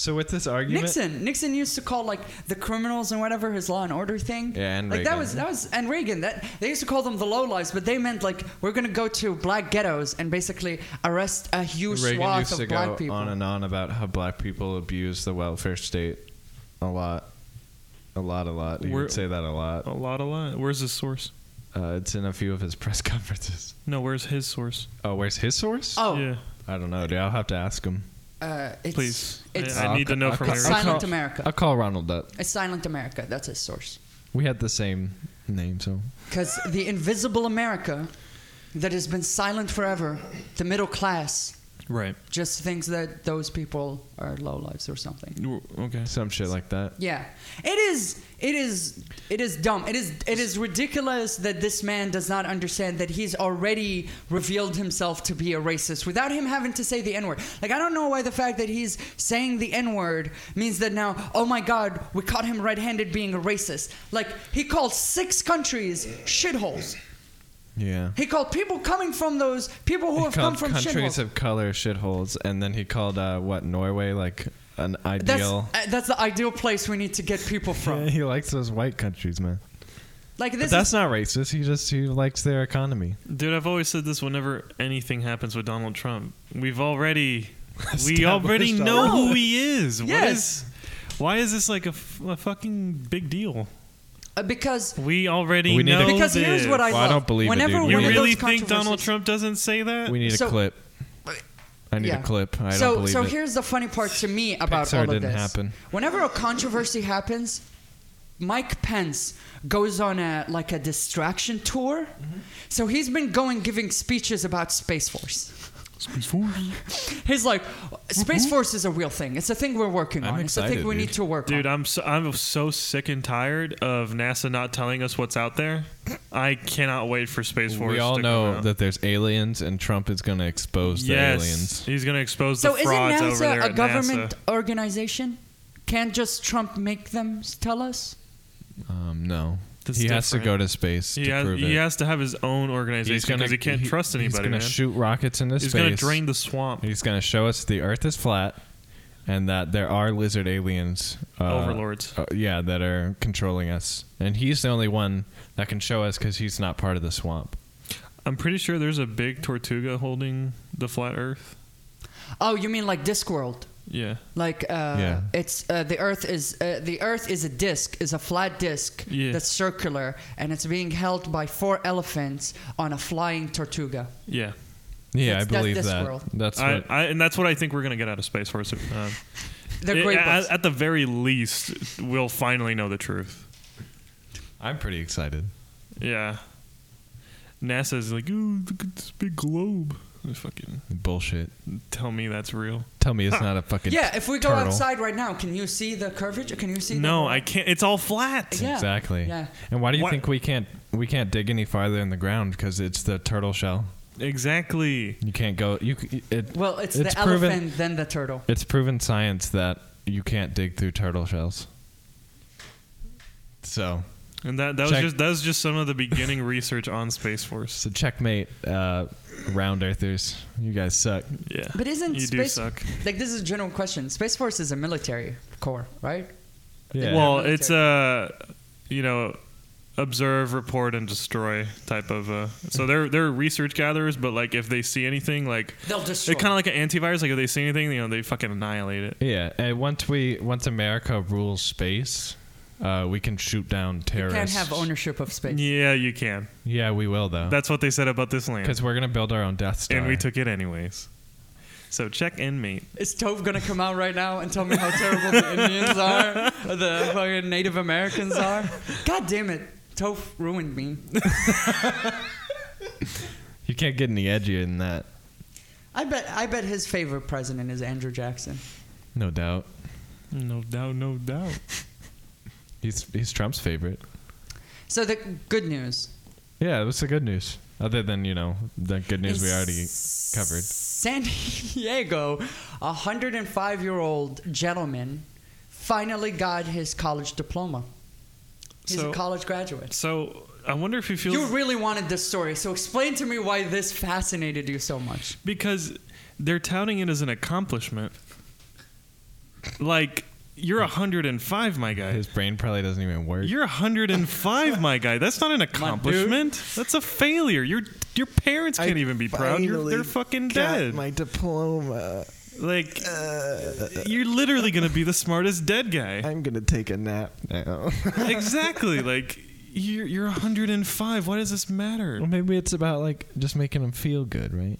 S4: so with this argument,
S3: Nixon. Nixon used to call like the criminals and whatever his Law and Order thing.
S4: Yeah, and
S3: like that
S4: Reagan.
S3: was that was and Reagan. That they used to call them the lowlives, but they meant like we're gonna go to black ghettos and basically arrest a huge
S4: Reagan
S3: swath
S4: used
S3: of
S4: to
S3: black
S4: go
S3: people.
S4: on and on about how black people abuse the welfare state a lot, a lot, a lot. He
S6: We're-
S4: would say that a lot.
S6: A lot, a lot. Where's his source?
S4: Uh, it's in a few of his [LAUGHS] press conferences.
S6: No, where's his source?
S4: Oh, where's his source?
S3: oh,
S6: yeah.
S4: I don't know, dude. I'll have to ask him.
S3: uh, it's,
S6: Please.
S3: It's
S6: I need to know from
S3: It's
S6: I'll
S3: Silent
S4: call,
S3: America.
S4: I'll call Ronald up.
S3: It's Silent America. That's his source.
S4: We had the same name, so
S3: Because the invisible America that has been silent forever, the middle class,
S6: Right.
S3: Just thinks that those people are lowlives or something.
S6: Okay.
S4: Some shit like that.
S3: Yeah, it is. It is. It is dumb. It is. It is ridiculous that this man does not understand that he's already revealed himself to be a racist without him having to say the n word. Like I don't know why the fact that he's saying the n word means that now, oh my God, we caught him red-handed being a racist. Like he called six countries shitholes.
S4: Yeah.
S3: He called people coming from those people who
S4: He
S3: have come
S4: called
S3: from
S4: countries
S3: shitholes.
S4: of color shitholes, and then he called uh, what Norway like an
S3: That's
S4: ideal.
S3: uh, that's the ideal place we need to get people from.
S4: he likes those white countries, man.
S3: Like
S4: But
S3: this
S4: that's
S3: is
S4: not racist. He just he likes their economy.
S6: Dude, I've always said this whenever anything happens with Donald Trump. We've [LAUGHS] already we already
S4: Established
S6: know
S3: all-
S6: who he is. What
S3: Yes.
S6: is why is this like a, f- a fucking big deal?
S3: uh, because
S6: We already
S4: We need to-
S6: know
S3: Because here's
S6: this.
S3: what I
S4: Well, I
S3: love.
S4: don't believe it,
S3: Whenever
S4: dude.
S6: You
S3: one of
S6: really
S3: those
S6: think Donald
S3: controversies-
S6: Trump doesn't say that?
S4: We need
S3: So-
S4: a clip. I need
S3: Yeah.
S4: a clip. I
S3: so
S4: don't believe
S3: so
S4: it.
S3: here's the funny part to me about
S4: Pixar
S3: all of
S4: didn't
S3: this.
S4: happen.
S3: Whenever a controversy happens, Mike Pence goes on a like a distraction tour.
S4: Mm-hmm.
S3: So he's been going giving speeches about Space Force. [LAUGHS] He's like, Space Force is a real thing. It's a thing we're working
S4: I'm
S3: on. it's a
S4: excited,
S3: thing we
S4: dude.
S3: need to work
S6: Dude,
S3: on.
S6: I'm so, I'm so sick and tired of NASA not telling us what's out there. I cannot wait for Space Force.
S4: we all
S6: to come
S4: know
S6: out.
S4: that there's aliens, and Trump is going to expose the
S6: yes,
S4: aliens.
S6: he's gonna expose
S3: So
S6: the
S3: isn't
S6: frauds over
S3: NASA
S6: there
S3: a
S6: at
S3: government
S6: NASA.
S3: organization? Can't just Trump make them s- tell us?
S4: Um, no,
S6: That's
S4: he has to
S6: different.
S4: go to space
S6: He
S4: to
S6: has,
S4: prove
S6: he
S4: it.
S6: has to have his own
S4: he's
S6: organization
S4: going
S6: because he can't trust
S4: He's
S6: anybody.
S4: gonna
S6: man.
S4: shoot rockets into
S6: he's
S4: space.
S6: gonna drain the swamp.
S4: He's going to show us the Earth is flat, and that there are lizard aliens, uh,
S6: Overlords.
S4: uh, yeah, that are controlling us. And he's the only one that can show us because he's not part of the swamp.
S6: I'm pretty sure there's a big Tortuga holding the flat Earth.
S3: Oh, you mean like Discworld?
S6: Yeah,
S3: Like uh,
S4: Yeah.
S3: it's uh, the Earth is uh, the Earth is a disc, is a flat disc
S6: Yeah.
S3: that's circular, and it's being held by four elephants on a flying tortuga.
S6: yeah.
S4: Yeah,
S3: That's-
S4: I
S3: that's
S4: believe
S3: this
S4: that.
S3: world.
S4: That's
S6: I,
S4: what
S6: I, and that's what I think we're gonna get out of Space Force. Um,
S3: They're
S6: it-
S3: great
S6: at,
S3: books.
S6: at the very least, we'll finally know the truth.
S4: I'm pretty excited.
S6: Yeah. NASA's like, ooh, look at this big globe. Fucking
S4: Bullshit.
S6: tell me that's real.
S4: Tell me it's not a fucking
S3: yeah, if we go
S4: turtle.
S3: outside right now, can you see the curvature? Can you see?
S6: No,
S3: the,
S6: I can't. It's all flat.
S3: Yeah.
S4: Exactly.
S3: Yeah.
S4: And why do you
S6: Why-
S4: think we can't we can't dig any farther in the ground because it's the turtle shell?
S6: Exactly.
S4: You can't go. You c- it,
S3: Well, it's, the
S4: proven,
S3: elephant, then the turtle.
S4: It's proven science that you can't dig through turtle shells. So,
S6: And that that
S4: Check.
S6: was just that was just some of the beginning research on Space Force.
S4: so checkmate, uh, round earthers. You guys suck.
S6: Yeah.
S3: But isn't
S6: you do
S3: space
S6: suck?
S3: like this is a general question? Space Force is a military corps, right?
S4: Yeah.
S6: Well,
S3: Yeah.
S6: it's a you know observe, report, and destroy type of. Uh, so they're they're research gatherers, but like if they see anything, like
S3: They'll
S6: it's
S3: destroy.
S6: kind of like an antivirus. Like if they see anything, you know they fucking annihilate it.
S4: yeah. And once we once America rules space, uh, we can shoot down
S3: you can't
S4: terrorists.
S3: have ownership of space.
S6: Yeah, you can.
S4: Yeah, we will though.
S6: That's what they said about this land,
S4: Because we're gonna build our own Death Star.
S6: and we took it anyways. So check in, mate.
S3: Is Tove gonna come out right now and tell me how terrible the Indians are, or the fucking Native Americans are? God damn it, Tove ruined me.
S4: You can't get any edgier than that.
S3: I bet, I bet his favorite president is Andrew Jackson.
S4: No doubt.
S6: No doubt, no doubt.
S4: He's he's Trump's favorite.
S3: So the good news.
S4: Yeah, that's the good news. Other than you know the good news we already covered.
S3: San Diego, a 105 year old gentleman, finally got his college diploma. He's
S6: So-
S3: a college graduate.
S6: So I wonder if he feels
S3: You really wanted this story, so explain to me why this fascinated you so much.
S6: because they're touting it as an accomplishment. Like you're 105, my guy.
S4: His
S6: [LAUGHS]
S4: brain probably doesn't even work.
S6: You're 105, [LAUGHS] my guy. That's not an
S3: on,
S6: accomplishment. That's a failure. Your your parents can't even be proud. You're, they're fucking dead. My uh, diploma. [LAUGHS] Like you're literally gonna be the smartest dead guy.
S8: I'm gonna take a nap now. [LAUGHS]
S6: [LAUGHS] exactly. Like you're you're 105. Why does this matter?
S4: well, maybe it's about like just making him feel good, right?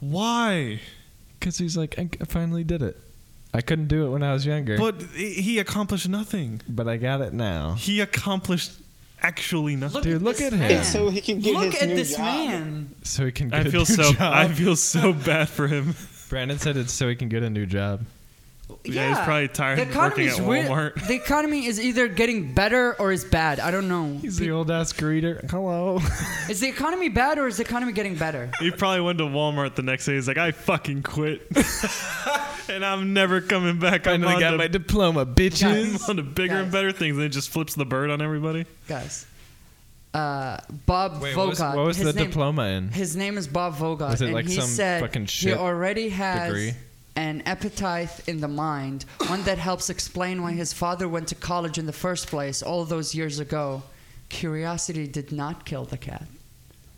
S6: Why?
S4: Because he's like, I, I finally did it. I couldn't do it when I was younger, but,
S6: But he accomplished nothing.
S4: I got it now.
S6: He accomplished actually nothing.
S4: Dude, look
S3: this
S4: at him.
S3: man.
S5: So he can get
S3: look
S5: his
S3: at
S5: new
S3: this
S5: job.
S3: man.
S4: So he can. Get
S6: I
S4: a
S6: feel
S4: new
S6: so [LAUGHS]
S4: Job.
S6: I feel so bad for him.
S4: [LAUGHS] Brandon said it's so he can get a new job.
S6: Yeah, he's probably tired
S3: The
S6: of working
S3: economy's
S6: at
S3: weird-
S6: Walmart.
S3: The economy is either getting better or is bad. I don't
S6: [LAUGHS]
S3: know.
S4: He's the old ass greeter. Hello.
S3: Is the economy bad or is the economy getting better?
S6: He probably went to Walmart the next day. He's like, I fucking quit, [LAUGHS] and I'm never coming back. I'm
S4: Finally
S6: on,
S4: got
S6: to,
S4: my diploma,
S6: [LAUGHS] I'm
S4: bitches.
S6: on to bigger and
S3: Guys.
S6: better things, and it just flips the bird on everybody.
S3: Guys. Uh, Bob
S4: Wait, what was,
S3: Vogt.
S4: what was
S3: his
S4: the
S3: name-
S4: diploma in?
S3: His name is Bob Vogt,
S4: Was it
S3: and
S4: like
S3: he
S4: some
S3: said
S4: fucking
S3: he
S4: shit
S3: already has
S4: degree?
S3: an epitaph in the mind, one that helps explain why his father went to college in the first place all those years ago. Curiosity did not kill the cat.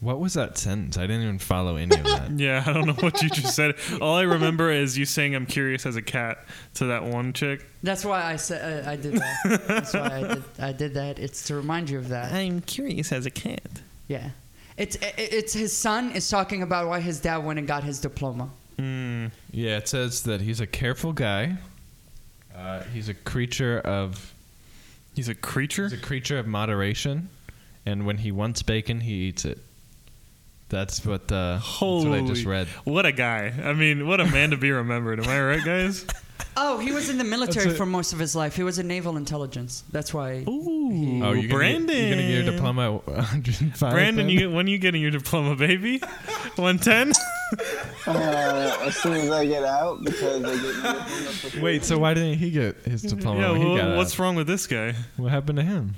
S4: What was that sentence? I didn't even follow any of [LAUGHS] that.
S6: Yeah, I don't know what you just [LAUGHS] said. All I remember is you saying "I'm curious as a cat" to that one chick.
S3: That's why I said uh, I did that. That's why I did, I did that. It's to remind you of that.
S6: I'm curious as a cat.
S3: Yeah. It's i- i- it's his son is talking about why his dad went and got his diploma.
S6: Mm.
S4: Hmm. yeah, it says that he's a careful guy. Uh, he's a creature of
S6: He's a creature.
S4: he's a creature of moderation, and when he wants bacon, he eats it. That's what the
S6: Holy,
S4: that's what I just read.
S6: what a guy! I mean, what a man to be remembered. Am I right, guys?
S3: Oh, he was in the military
S4: That's it.
S3: for most of his life. He was in naval intelligence. That's why.
S6: [LAUGHS] Ooh,
S4: Oh, you're Gonna
S6: Brandon!
S4: get, you're gonna get your diploma at 105.
S6: Brandon,
S4: then?
S6: you, when you getting your diploma, [LAUGHS] baby? 110?
S5: Uh, as soon as I get out, because I get my diploma for free.
S4: Wait, so why didn't he get his diploma?
S6: yeah,
S4: when he
S6: wha-
S4: got
S6: what's
S4: out?
S6: wrong with this guy?
S4: what happened to him?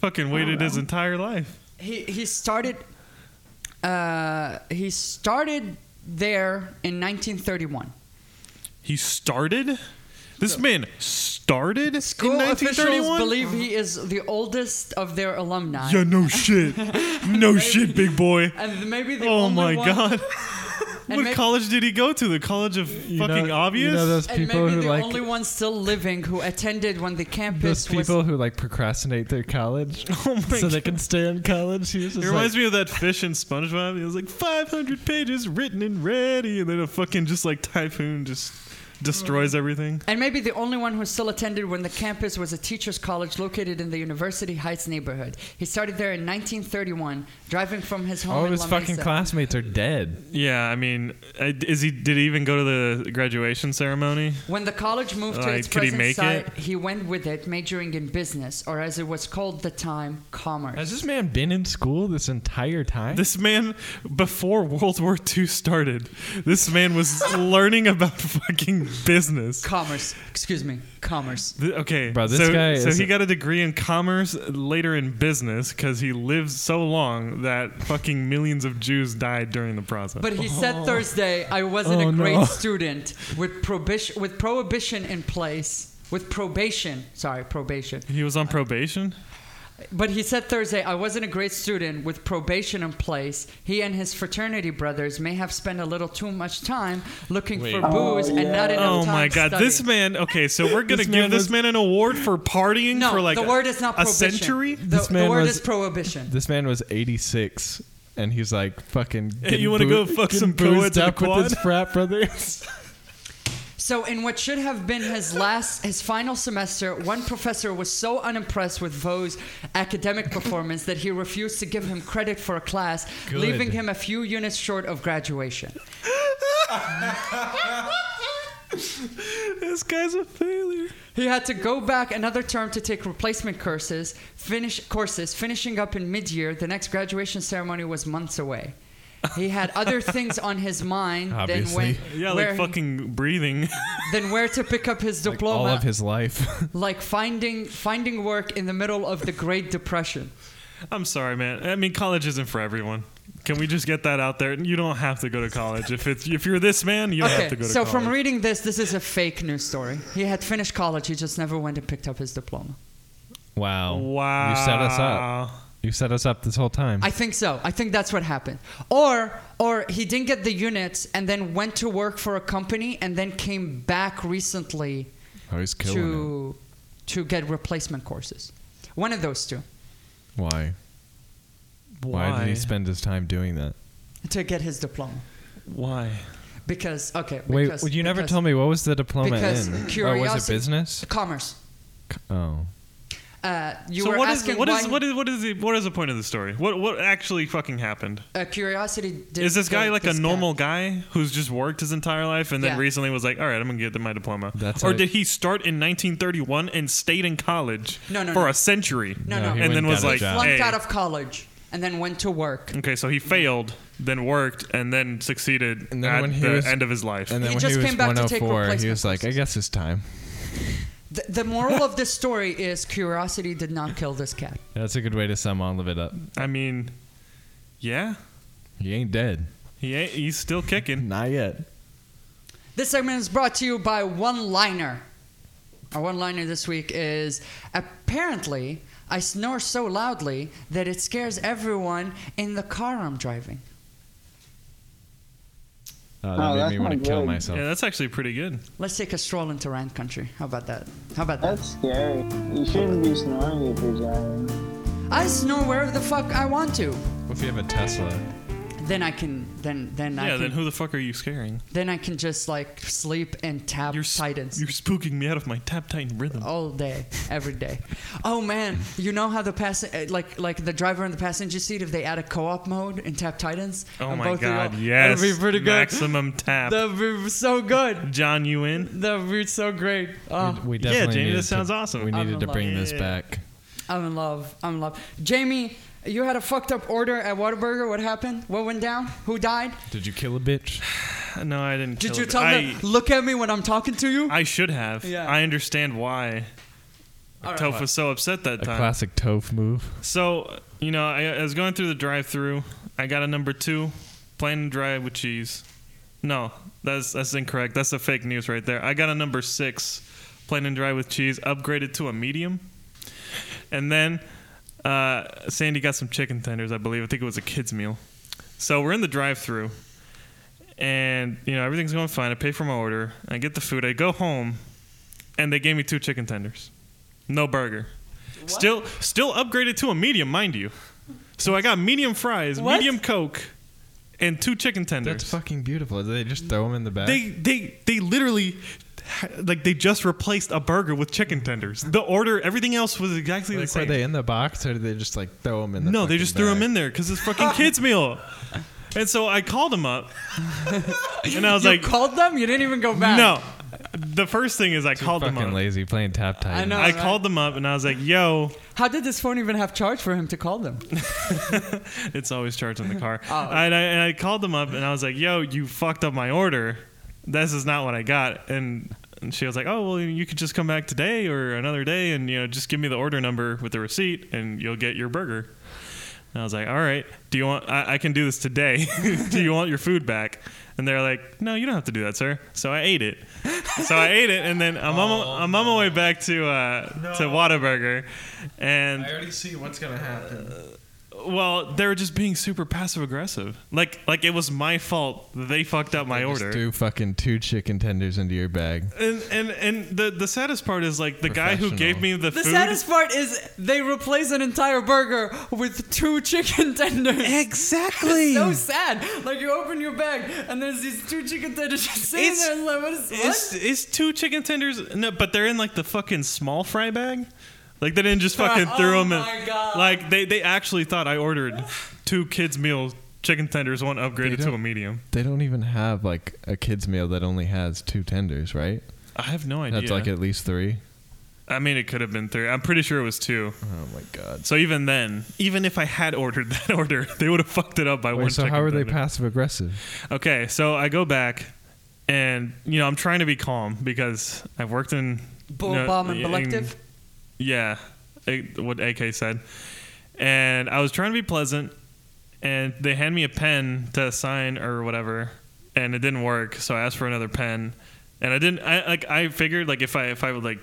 S6: Fucking waited his entire life.
S3: He he started. Uh, he started there in 1931.
S6: He started? This man started in
S3: School officials
S6: 1931?
S3: believe he is the oldest of their alumni.
S6: [LAUGHS] yeah, no shit. No shit, big boy.
S3: And maybe the
S6: Oh
S3: only
S6: my
S3: one-
S6: god.
S3: And
S6: [LAUGHS] what
S3: may-
S6: college did he go to? The College of Fucking
S4: know,
S6: Obvious?
S4: You know those
S3: And
S4: people
S3: maybe
S4: who
S3: the
S4: like
S3: only one still living who attended when the
S4: those
S3: campus was
S4: people who like procrastinate their college
S6: [LAUGHS] oh my
S4: so they can stay in college. He was just
S6: It
S4: like,
S6: reminds me of that fish in SpongeBob. It was like 500 pages written and ready, and then a fucking just like typhoon just destroys everything.
S3: And maybe the only one who still attended when the campus was a teacher's college located in the University Heights neighborhood. He started there in 1931, driving from his home
S4: all
S3: in
S4: of his
S3: La
S4: fucking
S3: Mesa.
S4: classmates are dead.
S6: Yeah, I mean, I- is he? Did he even go to the graduation ceremony?
S3: When the college moved to
S6: Like,
S3: its
S6: could he
S3: present
S6: make
S3: site,
S6: it?
S3: he went with it, majoring in business, or as it was called at the time, commerce.
S4: Has this man been in school this entire time?
S6: This man, before World War II started, this
S3: [LAUGHS]
S6: man was learning about fucking business.
S3: commerce. Excuse me. Commerce.
S6: Th- Okay,
S4: Bro, this
S6: so,
S4: guy
S6: so
S4: is
S6: he
S4: a-
S6: got a degree in commerce, uh, later in business, because he lived so long that fucking millions of Jews died during the process.
S3: But he
S6: Oh.
S3: said Thursday, I wasn't
S4: Oh,
S3: a great
S4: no.
S3: student. With prohibition, with prohibition in place, with probation, sorry, probation,
S6: he was on probation.
S3: But he said Thursday, I wasn't a great student with probation in place. He and his fraternity brothers may have spent a little too much time looking for booze and not enough
S6: Oh
S3: time
S6: my god, this
S3: studying.
S6: man. Okay, so
S4: [LAUGHS]
S6: we're gonna
S4: This
S6: give
S4: man
S6: this
S4: was-
S6: man an award for partying
S3: No,
S6: for like
S3: the word is not
S6: a
S3: prohibition.
S6: century. [LAUGHS]
S3: The,
S4: This
S3: the
S4: man
S3: word
S4: was-
S3: is prohibition.
S4: This man was 86, and he's like fucking.
S6: Hey, you
S4: want to
S6: wanna go fuck some
S4: boozed
S6: co-eds at a
S4: up with his
S6: quad?
S4: frat brothers?
S6: [LAUGHS]
S3: So, in what should have been his last, his final semester, one professor was so unimpressed with Vo's
S4: [LAUGHS]
S3: academic performance that he refused to give him credit for a class,
S4: Good.
S3: leaving him a few units short of graduation.
S6: This guy's a failure.
S3: He had to go back another term to take replacement courses, finish courses, finishing up in mid-year. The next graduation ceremony was months away. He had
S4: [LAUGHS]
S3: other things on his mind than
S4: Obviously.
S3: when
S6: Yeah,
S3: where
S6: like fucking
S3: [LAUGHS]
S6: breathing.
S3: than where to pick up his
S4: Like,
S3: diploma,
S4: all of his life. [LAUGHS]
S3: like finding finding work in the middle of the Great Depression.
S6: I'm sorry, man. I mean, college isn't for everyone. Can we just get that out there? You don't have to go to college if it's if you're this man. You don't have to
S3: Okay,
S6: go to
S3: so
S6: college.
S3: from reading this, this is a fake news story. He had finished college, he just never went and picked up his diploma.
S4: wow.
S6: wow,
S4: You set us up. You set us up this whole time.
S3: I think so. I think that's what happened. Or or he didn't get the units and then went to work for a company and then came back recently
S4: oh, he's killing it.
S3: to to get replacement courses. One of those two
S4: Why? Why? did he spend his time doing that?
S3: to get his diploma.
S6: Why?
S3: Because okay,
S4: Wait,
S3: because,
S4: well, you never
S3: because-
S6: Oh,
S4: told me what Oh, was the diploma
S3: because
S4: in? Or was
S3: curiosity-
S4: it business?
S3: commerce.
S4: Oh,
S3: Uh, you
S6: so
S3: were
S6: what is-
S3: asking
S6: what
S3: why
S6: is what is what is the what is the point of the story? What what actually fucking happened?
S3: uh, curiosity did
S6: Is this guy
S3: go
S6: like a
S3: this
S6: normal guy who's just worked his entire life and then
S3: Yeah.
S6: recently was like, all right, I'm gonna get my diploma?
S4: That's
S6: or
S4: it.
S6: did he start in 1931 and stayed in college
S3: No, no,
S6: for
S3: no.
S6: a century?
S3: No,
S4: No,
S3: no.
S4: he
S6: And
S4: went
S6: then
S4: and
S6: was
S4: got a
S6: like,
S4: job.
S3: flunked
S6: hey.
S3: out of college and then went to work.
S6: Okay, so he failed, then worked, and then succeeded
S4: And then
S6: at
S4: when he
S6: the
S4: was-
S6: end of his life.
S4: And then
S3: He
S4: when
S3: just
S4: he was
S3: came back to take
S4: 104, he
S3: replacement
S4: was like, I
S3: courses.
S4: guess it's time.
S3: The, the moral of this story is curiosity did not kill this cat.
S4: That's a good way to sum all of it up.
S6: I mean, yeah,
S4: He ain't dead. Uh,
S6: he ain't, he's still kicking.
S8: Not yet.
S3: This segment is brought to you by One Liner. Our one liner this week is apparently I snore so loudly that it scares everyone in the car I'm driving.
S4: Uh,
S5: Oh,
S4: that
S5: that's
S4: made me want
S5: not
S4: to kill
S5: good.
S4: myself.
S6: Yeah, that's actually pretty good.
S3: Let's take a stroll into Rand Country. How about that? How about that?
S5: That's scary. You shouldn't be snoring if you're driving.
S3: I snore wherever the fuck I want to.
S4: What if you have a Tesla?
S3: Then I can then then I
S6: yeah,
S3: can
S6: then who the fuck are you scaring?
S3: then I can just like sleep and tap
S6: You're s-
S3: Titans.
S6: You're spooking me out of my tap Titan rhythm.
S4: Oh.
S3: all day, every day. Oh man, you know how the pass like like the driver in the passenger seat if they add a co-op mode in Tap Titans?
S6: Oh
S3: on
S6: my
S3: both of y'all?
S6: god, yes.
S3: that'd be pretty good.
S6: Maximum tap.
S3: that'd be so good.
S6: John, you in?
S3: That'd be so great. Oh,
S4: We
S6: Yeah,
S4: definitely
S6: Jamie,
S4: needed
S6: this
S4: to-
S6: sounds awesome.
S4: We
S6: I'm
S4: needed
S3: in
S4: to
S3: love.
S4: bring this
S6: Yeah.
S4: back.
S3: I'm in love. I'm in love. Jamie, you had a fucked up order at Whataburger. What happened? What went down? Who died?
S4: Did you kill a bitch?
S6: No, I didn't.
S3: Did
S6: kill
S3: you
S6: it.
S3: tell
S6: I,
S3: them look at me when I'm talking to you?
S6: I should have.
S3: Yeah.
S6: I understand why. Toph was so upset that
S4: A
S6: time.
S4: classic Toph move.
S6: So, you know, I, I was going through the drive through. I got a number two, plain and dry with cheese. No, that's that's incorrect. That's the fake news right there. I got a number six, plain and dry with cheese, upgraded to a medium. And then uh, Sandy got some chicken tenders, I believe. I think it was a kid's meal. So we're in the drive through and you know, everything's going fine. I pay for my order, I get the food, I go home, and they gave me two chicken tenders. No burger. Still still upgraded to a medium, mind you. So I got medium fries,
S3: What?
S6: medium coke, and two chicken tenders.
S4: That's fucking beautiful. Did they just throw him in the back?
S6: They they they literally like they just replaced a burger with chicken tenders. The order, everything else was exactly the
S4: like, were
S6: same.
S4: they in the box or did they just like throw him in the
S6: no, they
S4: fucking
S6: just threw him
S4: bag?
S6: in there because it's
S4: [LAUGHS]
S6: fucking kids meal. And so I called him up, and I was
S3: you
S6: like,
S3: called them? You didn't even go back.
S6: "No." The first thing is I called them
S4: Fucking
S6: up.
S4: lazy playing tap tight.
S3: I know.
S6: I
S3: right?
S6: called them up and I was like, "Yo,
S3: How did this phone even have charge for him to call them?
S6: [LAUGHS] it's always charged in the car."
S3: Oh.
S6: and, I, and I called them up and I was like, "Yo, you fucked up my order. This is not what I got." And, and she was like, "Oh, well, you could just come back today or another day, and you know, just give me the order number with the receipt, and you'll get your burger." And I was like, "All right, do you want? I, I can do this today. [LAUGHS] do you want your food back?" And they're like, "No, you don't have to do that, sir." So I ate it. so I ate it, and then I'm
S4: Oh,
S6: on, I'm on my way back to uh, to Whataburger, and Uh,
S4: already see what's gonna happen.
S6: well, they were just being super passive aggressive. Like like it was my fault that they fucked up my order.
S4: Just threw fucking two chicken tenders into your bag.
S6: And and and the the saddest part is like the guy who gave me the,
S3: The
S6: food.
S3: saddest part is they replace an entire burger with two chicken [LAUGHS] tenders.
S8: Exactly.
S3: So sad. Like you open your bag and there's these two chicken tenders just sitting
S6: It's-
S3: there. And like, what is what?
S6: It's, it's two chicken tenders, no, but they're in like the fucking small fry bag. Like they didn't just fucking
S3: [LAUGHS] Oh
S6: throw them.
S3: my God.
S6: Like they, they actually thought
S3: [SIGHS]
S6: I ordered two kids meal chicken tenders, one upgraded to
S4: don't-
S6: a medium.
S4: They don't even have like a kids meal that only has two tenders, right?
S6: I have no idea.
S4: That's like at least three.
S6: I mean, it could have been three. I'm pretty sure it was two.
S4: Oh my god.
S6: So even then, even if I had ordered [LAUGHS] that order, they would have fucked it up by one.
S4: Wait, so
S6: chicken
S4: how are they
S6: tender.
S4: passive aggressive?
S6: Okay, so I go back, and you know I'm trying to be calm because I've worked in
S3: Bull
S6: no,
S3: bomb and
S6: in-
S3: Belective?
S6: yeah, I- what AK said, and I was trying to be pleasant, and they hand me a pen to sign or whatever, and it didn't work, so I asked for another pen, and I didn't. I like I figured like if I if I would like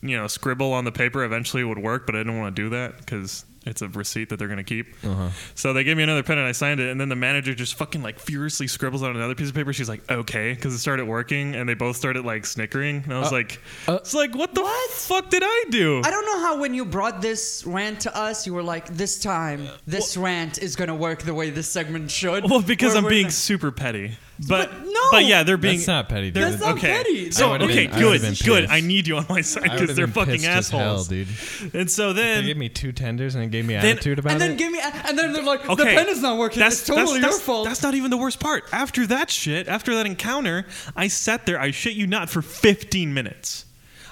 S6: you know scribble on the paper eventually it would work, but I didn't want to do that because it's a receipt that they're gonna keep.
S4: Uh-huh.
S6: So they gave me another pen and I signed it, and then the manager just fucking like furiously scribbles on another piece of paper. She's like, "Okay," because it started working, and they both started like snickering, and I was like, "It's like what the fuck did I do?"
S3: I don't know how when you brought this rant to us, you were like, this time, this rant is going to work the way this segment should.
S6: well, because
S3: Where
S6: I'm
S3: we're
S6: being
S3: gonna-
S6: super petty. But,
S3: But no!
S6: but yeah, they're being
S4: That's not petty, dude.
S3: That's not
S6: okay.
S3: petty.
S4: I
S6: So
S4: would've
S6: okay,
S4: been- I
S6: good,
S4: would've been
S6: good.
S4: pissed.
S6: I need you on my side
S4: I would've
S6: because they're
S4: been
S6: fucking
S4: pissed as
S6: assholes,
S4: hell, dude.
S6: And so
S4: They
S6: then
S4: gave me two tenders and they gave me
S6: Then-
S4: attitude about
S3: and then
S4: it.
S3: give me, and then they're like, the
S6: okay,
S3: pen is not working. That's, it's totally
S6: that's,
S3: your fault.
S6: That's not even the worst part. After that shit, after that encounter, I sat there. I shit you not for 15 minutes.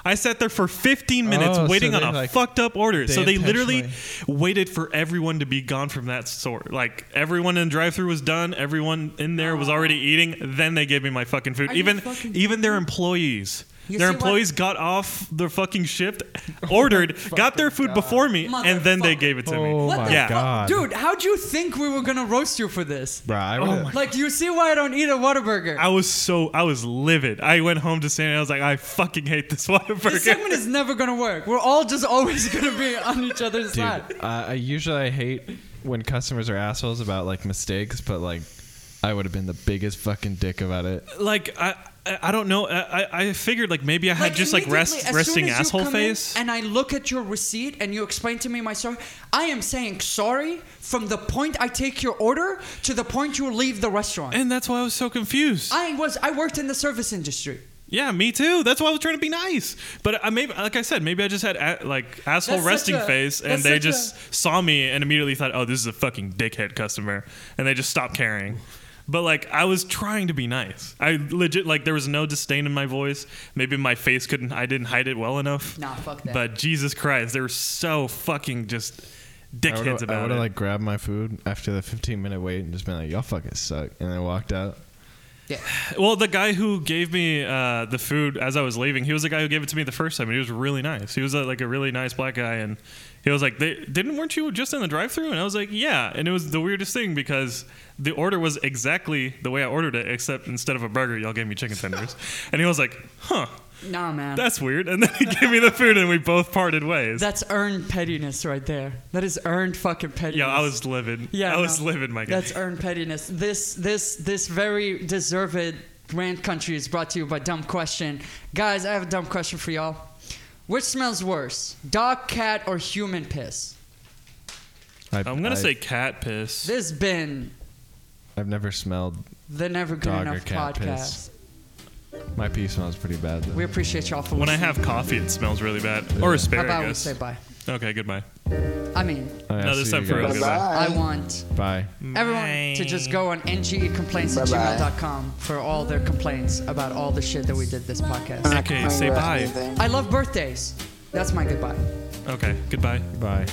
S6: I sat there for 15 minutes
S4: Oh, so
S6: waiting on
S4: they,
S6: a
S4: like,
S6: fucked up order.
S4: they
S6: So they literally waited for everyone to be gone from that store. Like everyone in the drive-through was done. Everyone in there was already eating. Then they gave me my fucking food.
S3: Ah. Are you
S6: even
S3: fucking
S6: even their employees.
S3: You
S6: their
S3: see what- Oh
S6: employees got off their
S3: [LAUGHS]
S6: fucking shift, ordered, got their food before me, and then they
S3: Motherfucker.
S6: gave it to me.
S4: Oh
S3: what
S4: my
S3: the
S6: Yeah.
S4: god,
S3: fuck? Dude, how'd you think we were going to roast you for this?
S8: Bro,
S6: Oh
S8: I would've-
S3: Like, you see why I don't eat a Whataburger.
S6: I was so I was livid. I went home to Sandy. I was like, I fucking hate this [LAUGHS]
S3: this segment
S6: Whataburger.
S3: is never going to work. We're all just always [LAUGHS] going to be on each other's
S4: [LAUGHS] dude.
S3: side.
S4: I I usually I hate when customers are assholes about like mistakes, but like I would have been the biggest fucking dick about it.
S6: like I, I I don't know. I, I- I figured like maybe I had just like
S3: immediately,
S6: rest,
S3: as soon
S6: resting
S3: as you
S6: asshole
S3: come in
S6: face.
S3: and I look at your receipt and you explain to me my story, I am saying sorry from the point I take your order to the point you leave the restaurant.
S6: and that's why I was so confused.
S3: I was I worked in the service industry.
S6: yeah, me too. That's why I was trying to be nice. But I maybe, like I said, maybe I just had a, like asshole
S3: That's such
S6: resting
S3: a-
S6: face, and
S3: that's
S6: they
S3: such
S6: just saw me and immediately thought, "Oh, this is a fucking dickhead customer," and they just stopped caring. But like, I was trying to be nice. I legit like there was no disdain in my voice. Maybe my face couldn't. I didn't hide it well enough.
S3: Nah, fuck that.
S6: But Jesus Christ, they were so fucking just
S4: I
S6: dickheads
S4: would've- I
S6: about
S4: would
S6: it.
S4: have like grabbed my food after the 15 minute wait and just been like, "Y'all fucking suck," and then walked out.
S6: well, the guy who gave me uh, the food as I was leaving, he was the guy who gave it to me the first time. and He was really nice. He was uh, like a really nice black guy, and he was like, they, "Didn't weren't you just in the drive-through?" And I was like, "Yeah." And it was the weirdest thing because the order was exactly the way I ordered it, except instead of a burger, y'all gave me chicken
S3: [LAUGHS]
S6: tenders. and he was like, "Huh,
S3: Nah, man.
S6: that's weird." And then he gave me the food, and we both parted ways.
S3: That's earned pettiness right there. That is earned fucking pettiness.
S6: yeah, I was livid.
S3: Yeah,
S6: I was
S3: no.
S6: livid, my guy.
S3: That's earned pettiness. This this this very deserved rant country is brought to you by Dumb Question. Guys, I have a dumb question for y'all. Which smells worse, dog, cat, or human piss?
S4: I,
S6: I'm gonna
S4: I-
S6: say cat piss.
S3: This has been
S4: I've never smelled.
S3: the Never Good
S4: Dog or
S3: Enough
S4: cat
S3: podcast.
S4: piss. My pee smells pretty bad. Though.
S3: We appreciate y'all for
S6: When I
S3: listening.
S6: have coffee, it smells really bad. Or
S3: How about we
S6: asparagus.
S3: say bye?
S6: Okay, goodbye.
S3: I mean,
S4: All right, I'll
S6: No, this
S4: see you
S6: time for real.
S4: guys.
S6: Goodbye.
S3: I want
S4: Bye.
S3: everyone to just go on ngecomplaints at
S5: Bye-bye.
S3: gmail.com for all their complaints about all the shit that we did this podcast.
S5: I'm not
S6: Okay,
S5: complaining
S6: say
S5: about
S6: bye.
S5: anything.
S3: I love birthdays. That's my goodbye.
S6: Okay, goodbye.
S4: Bye.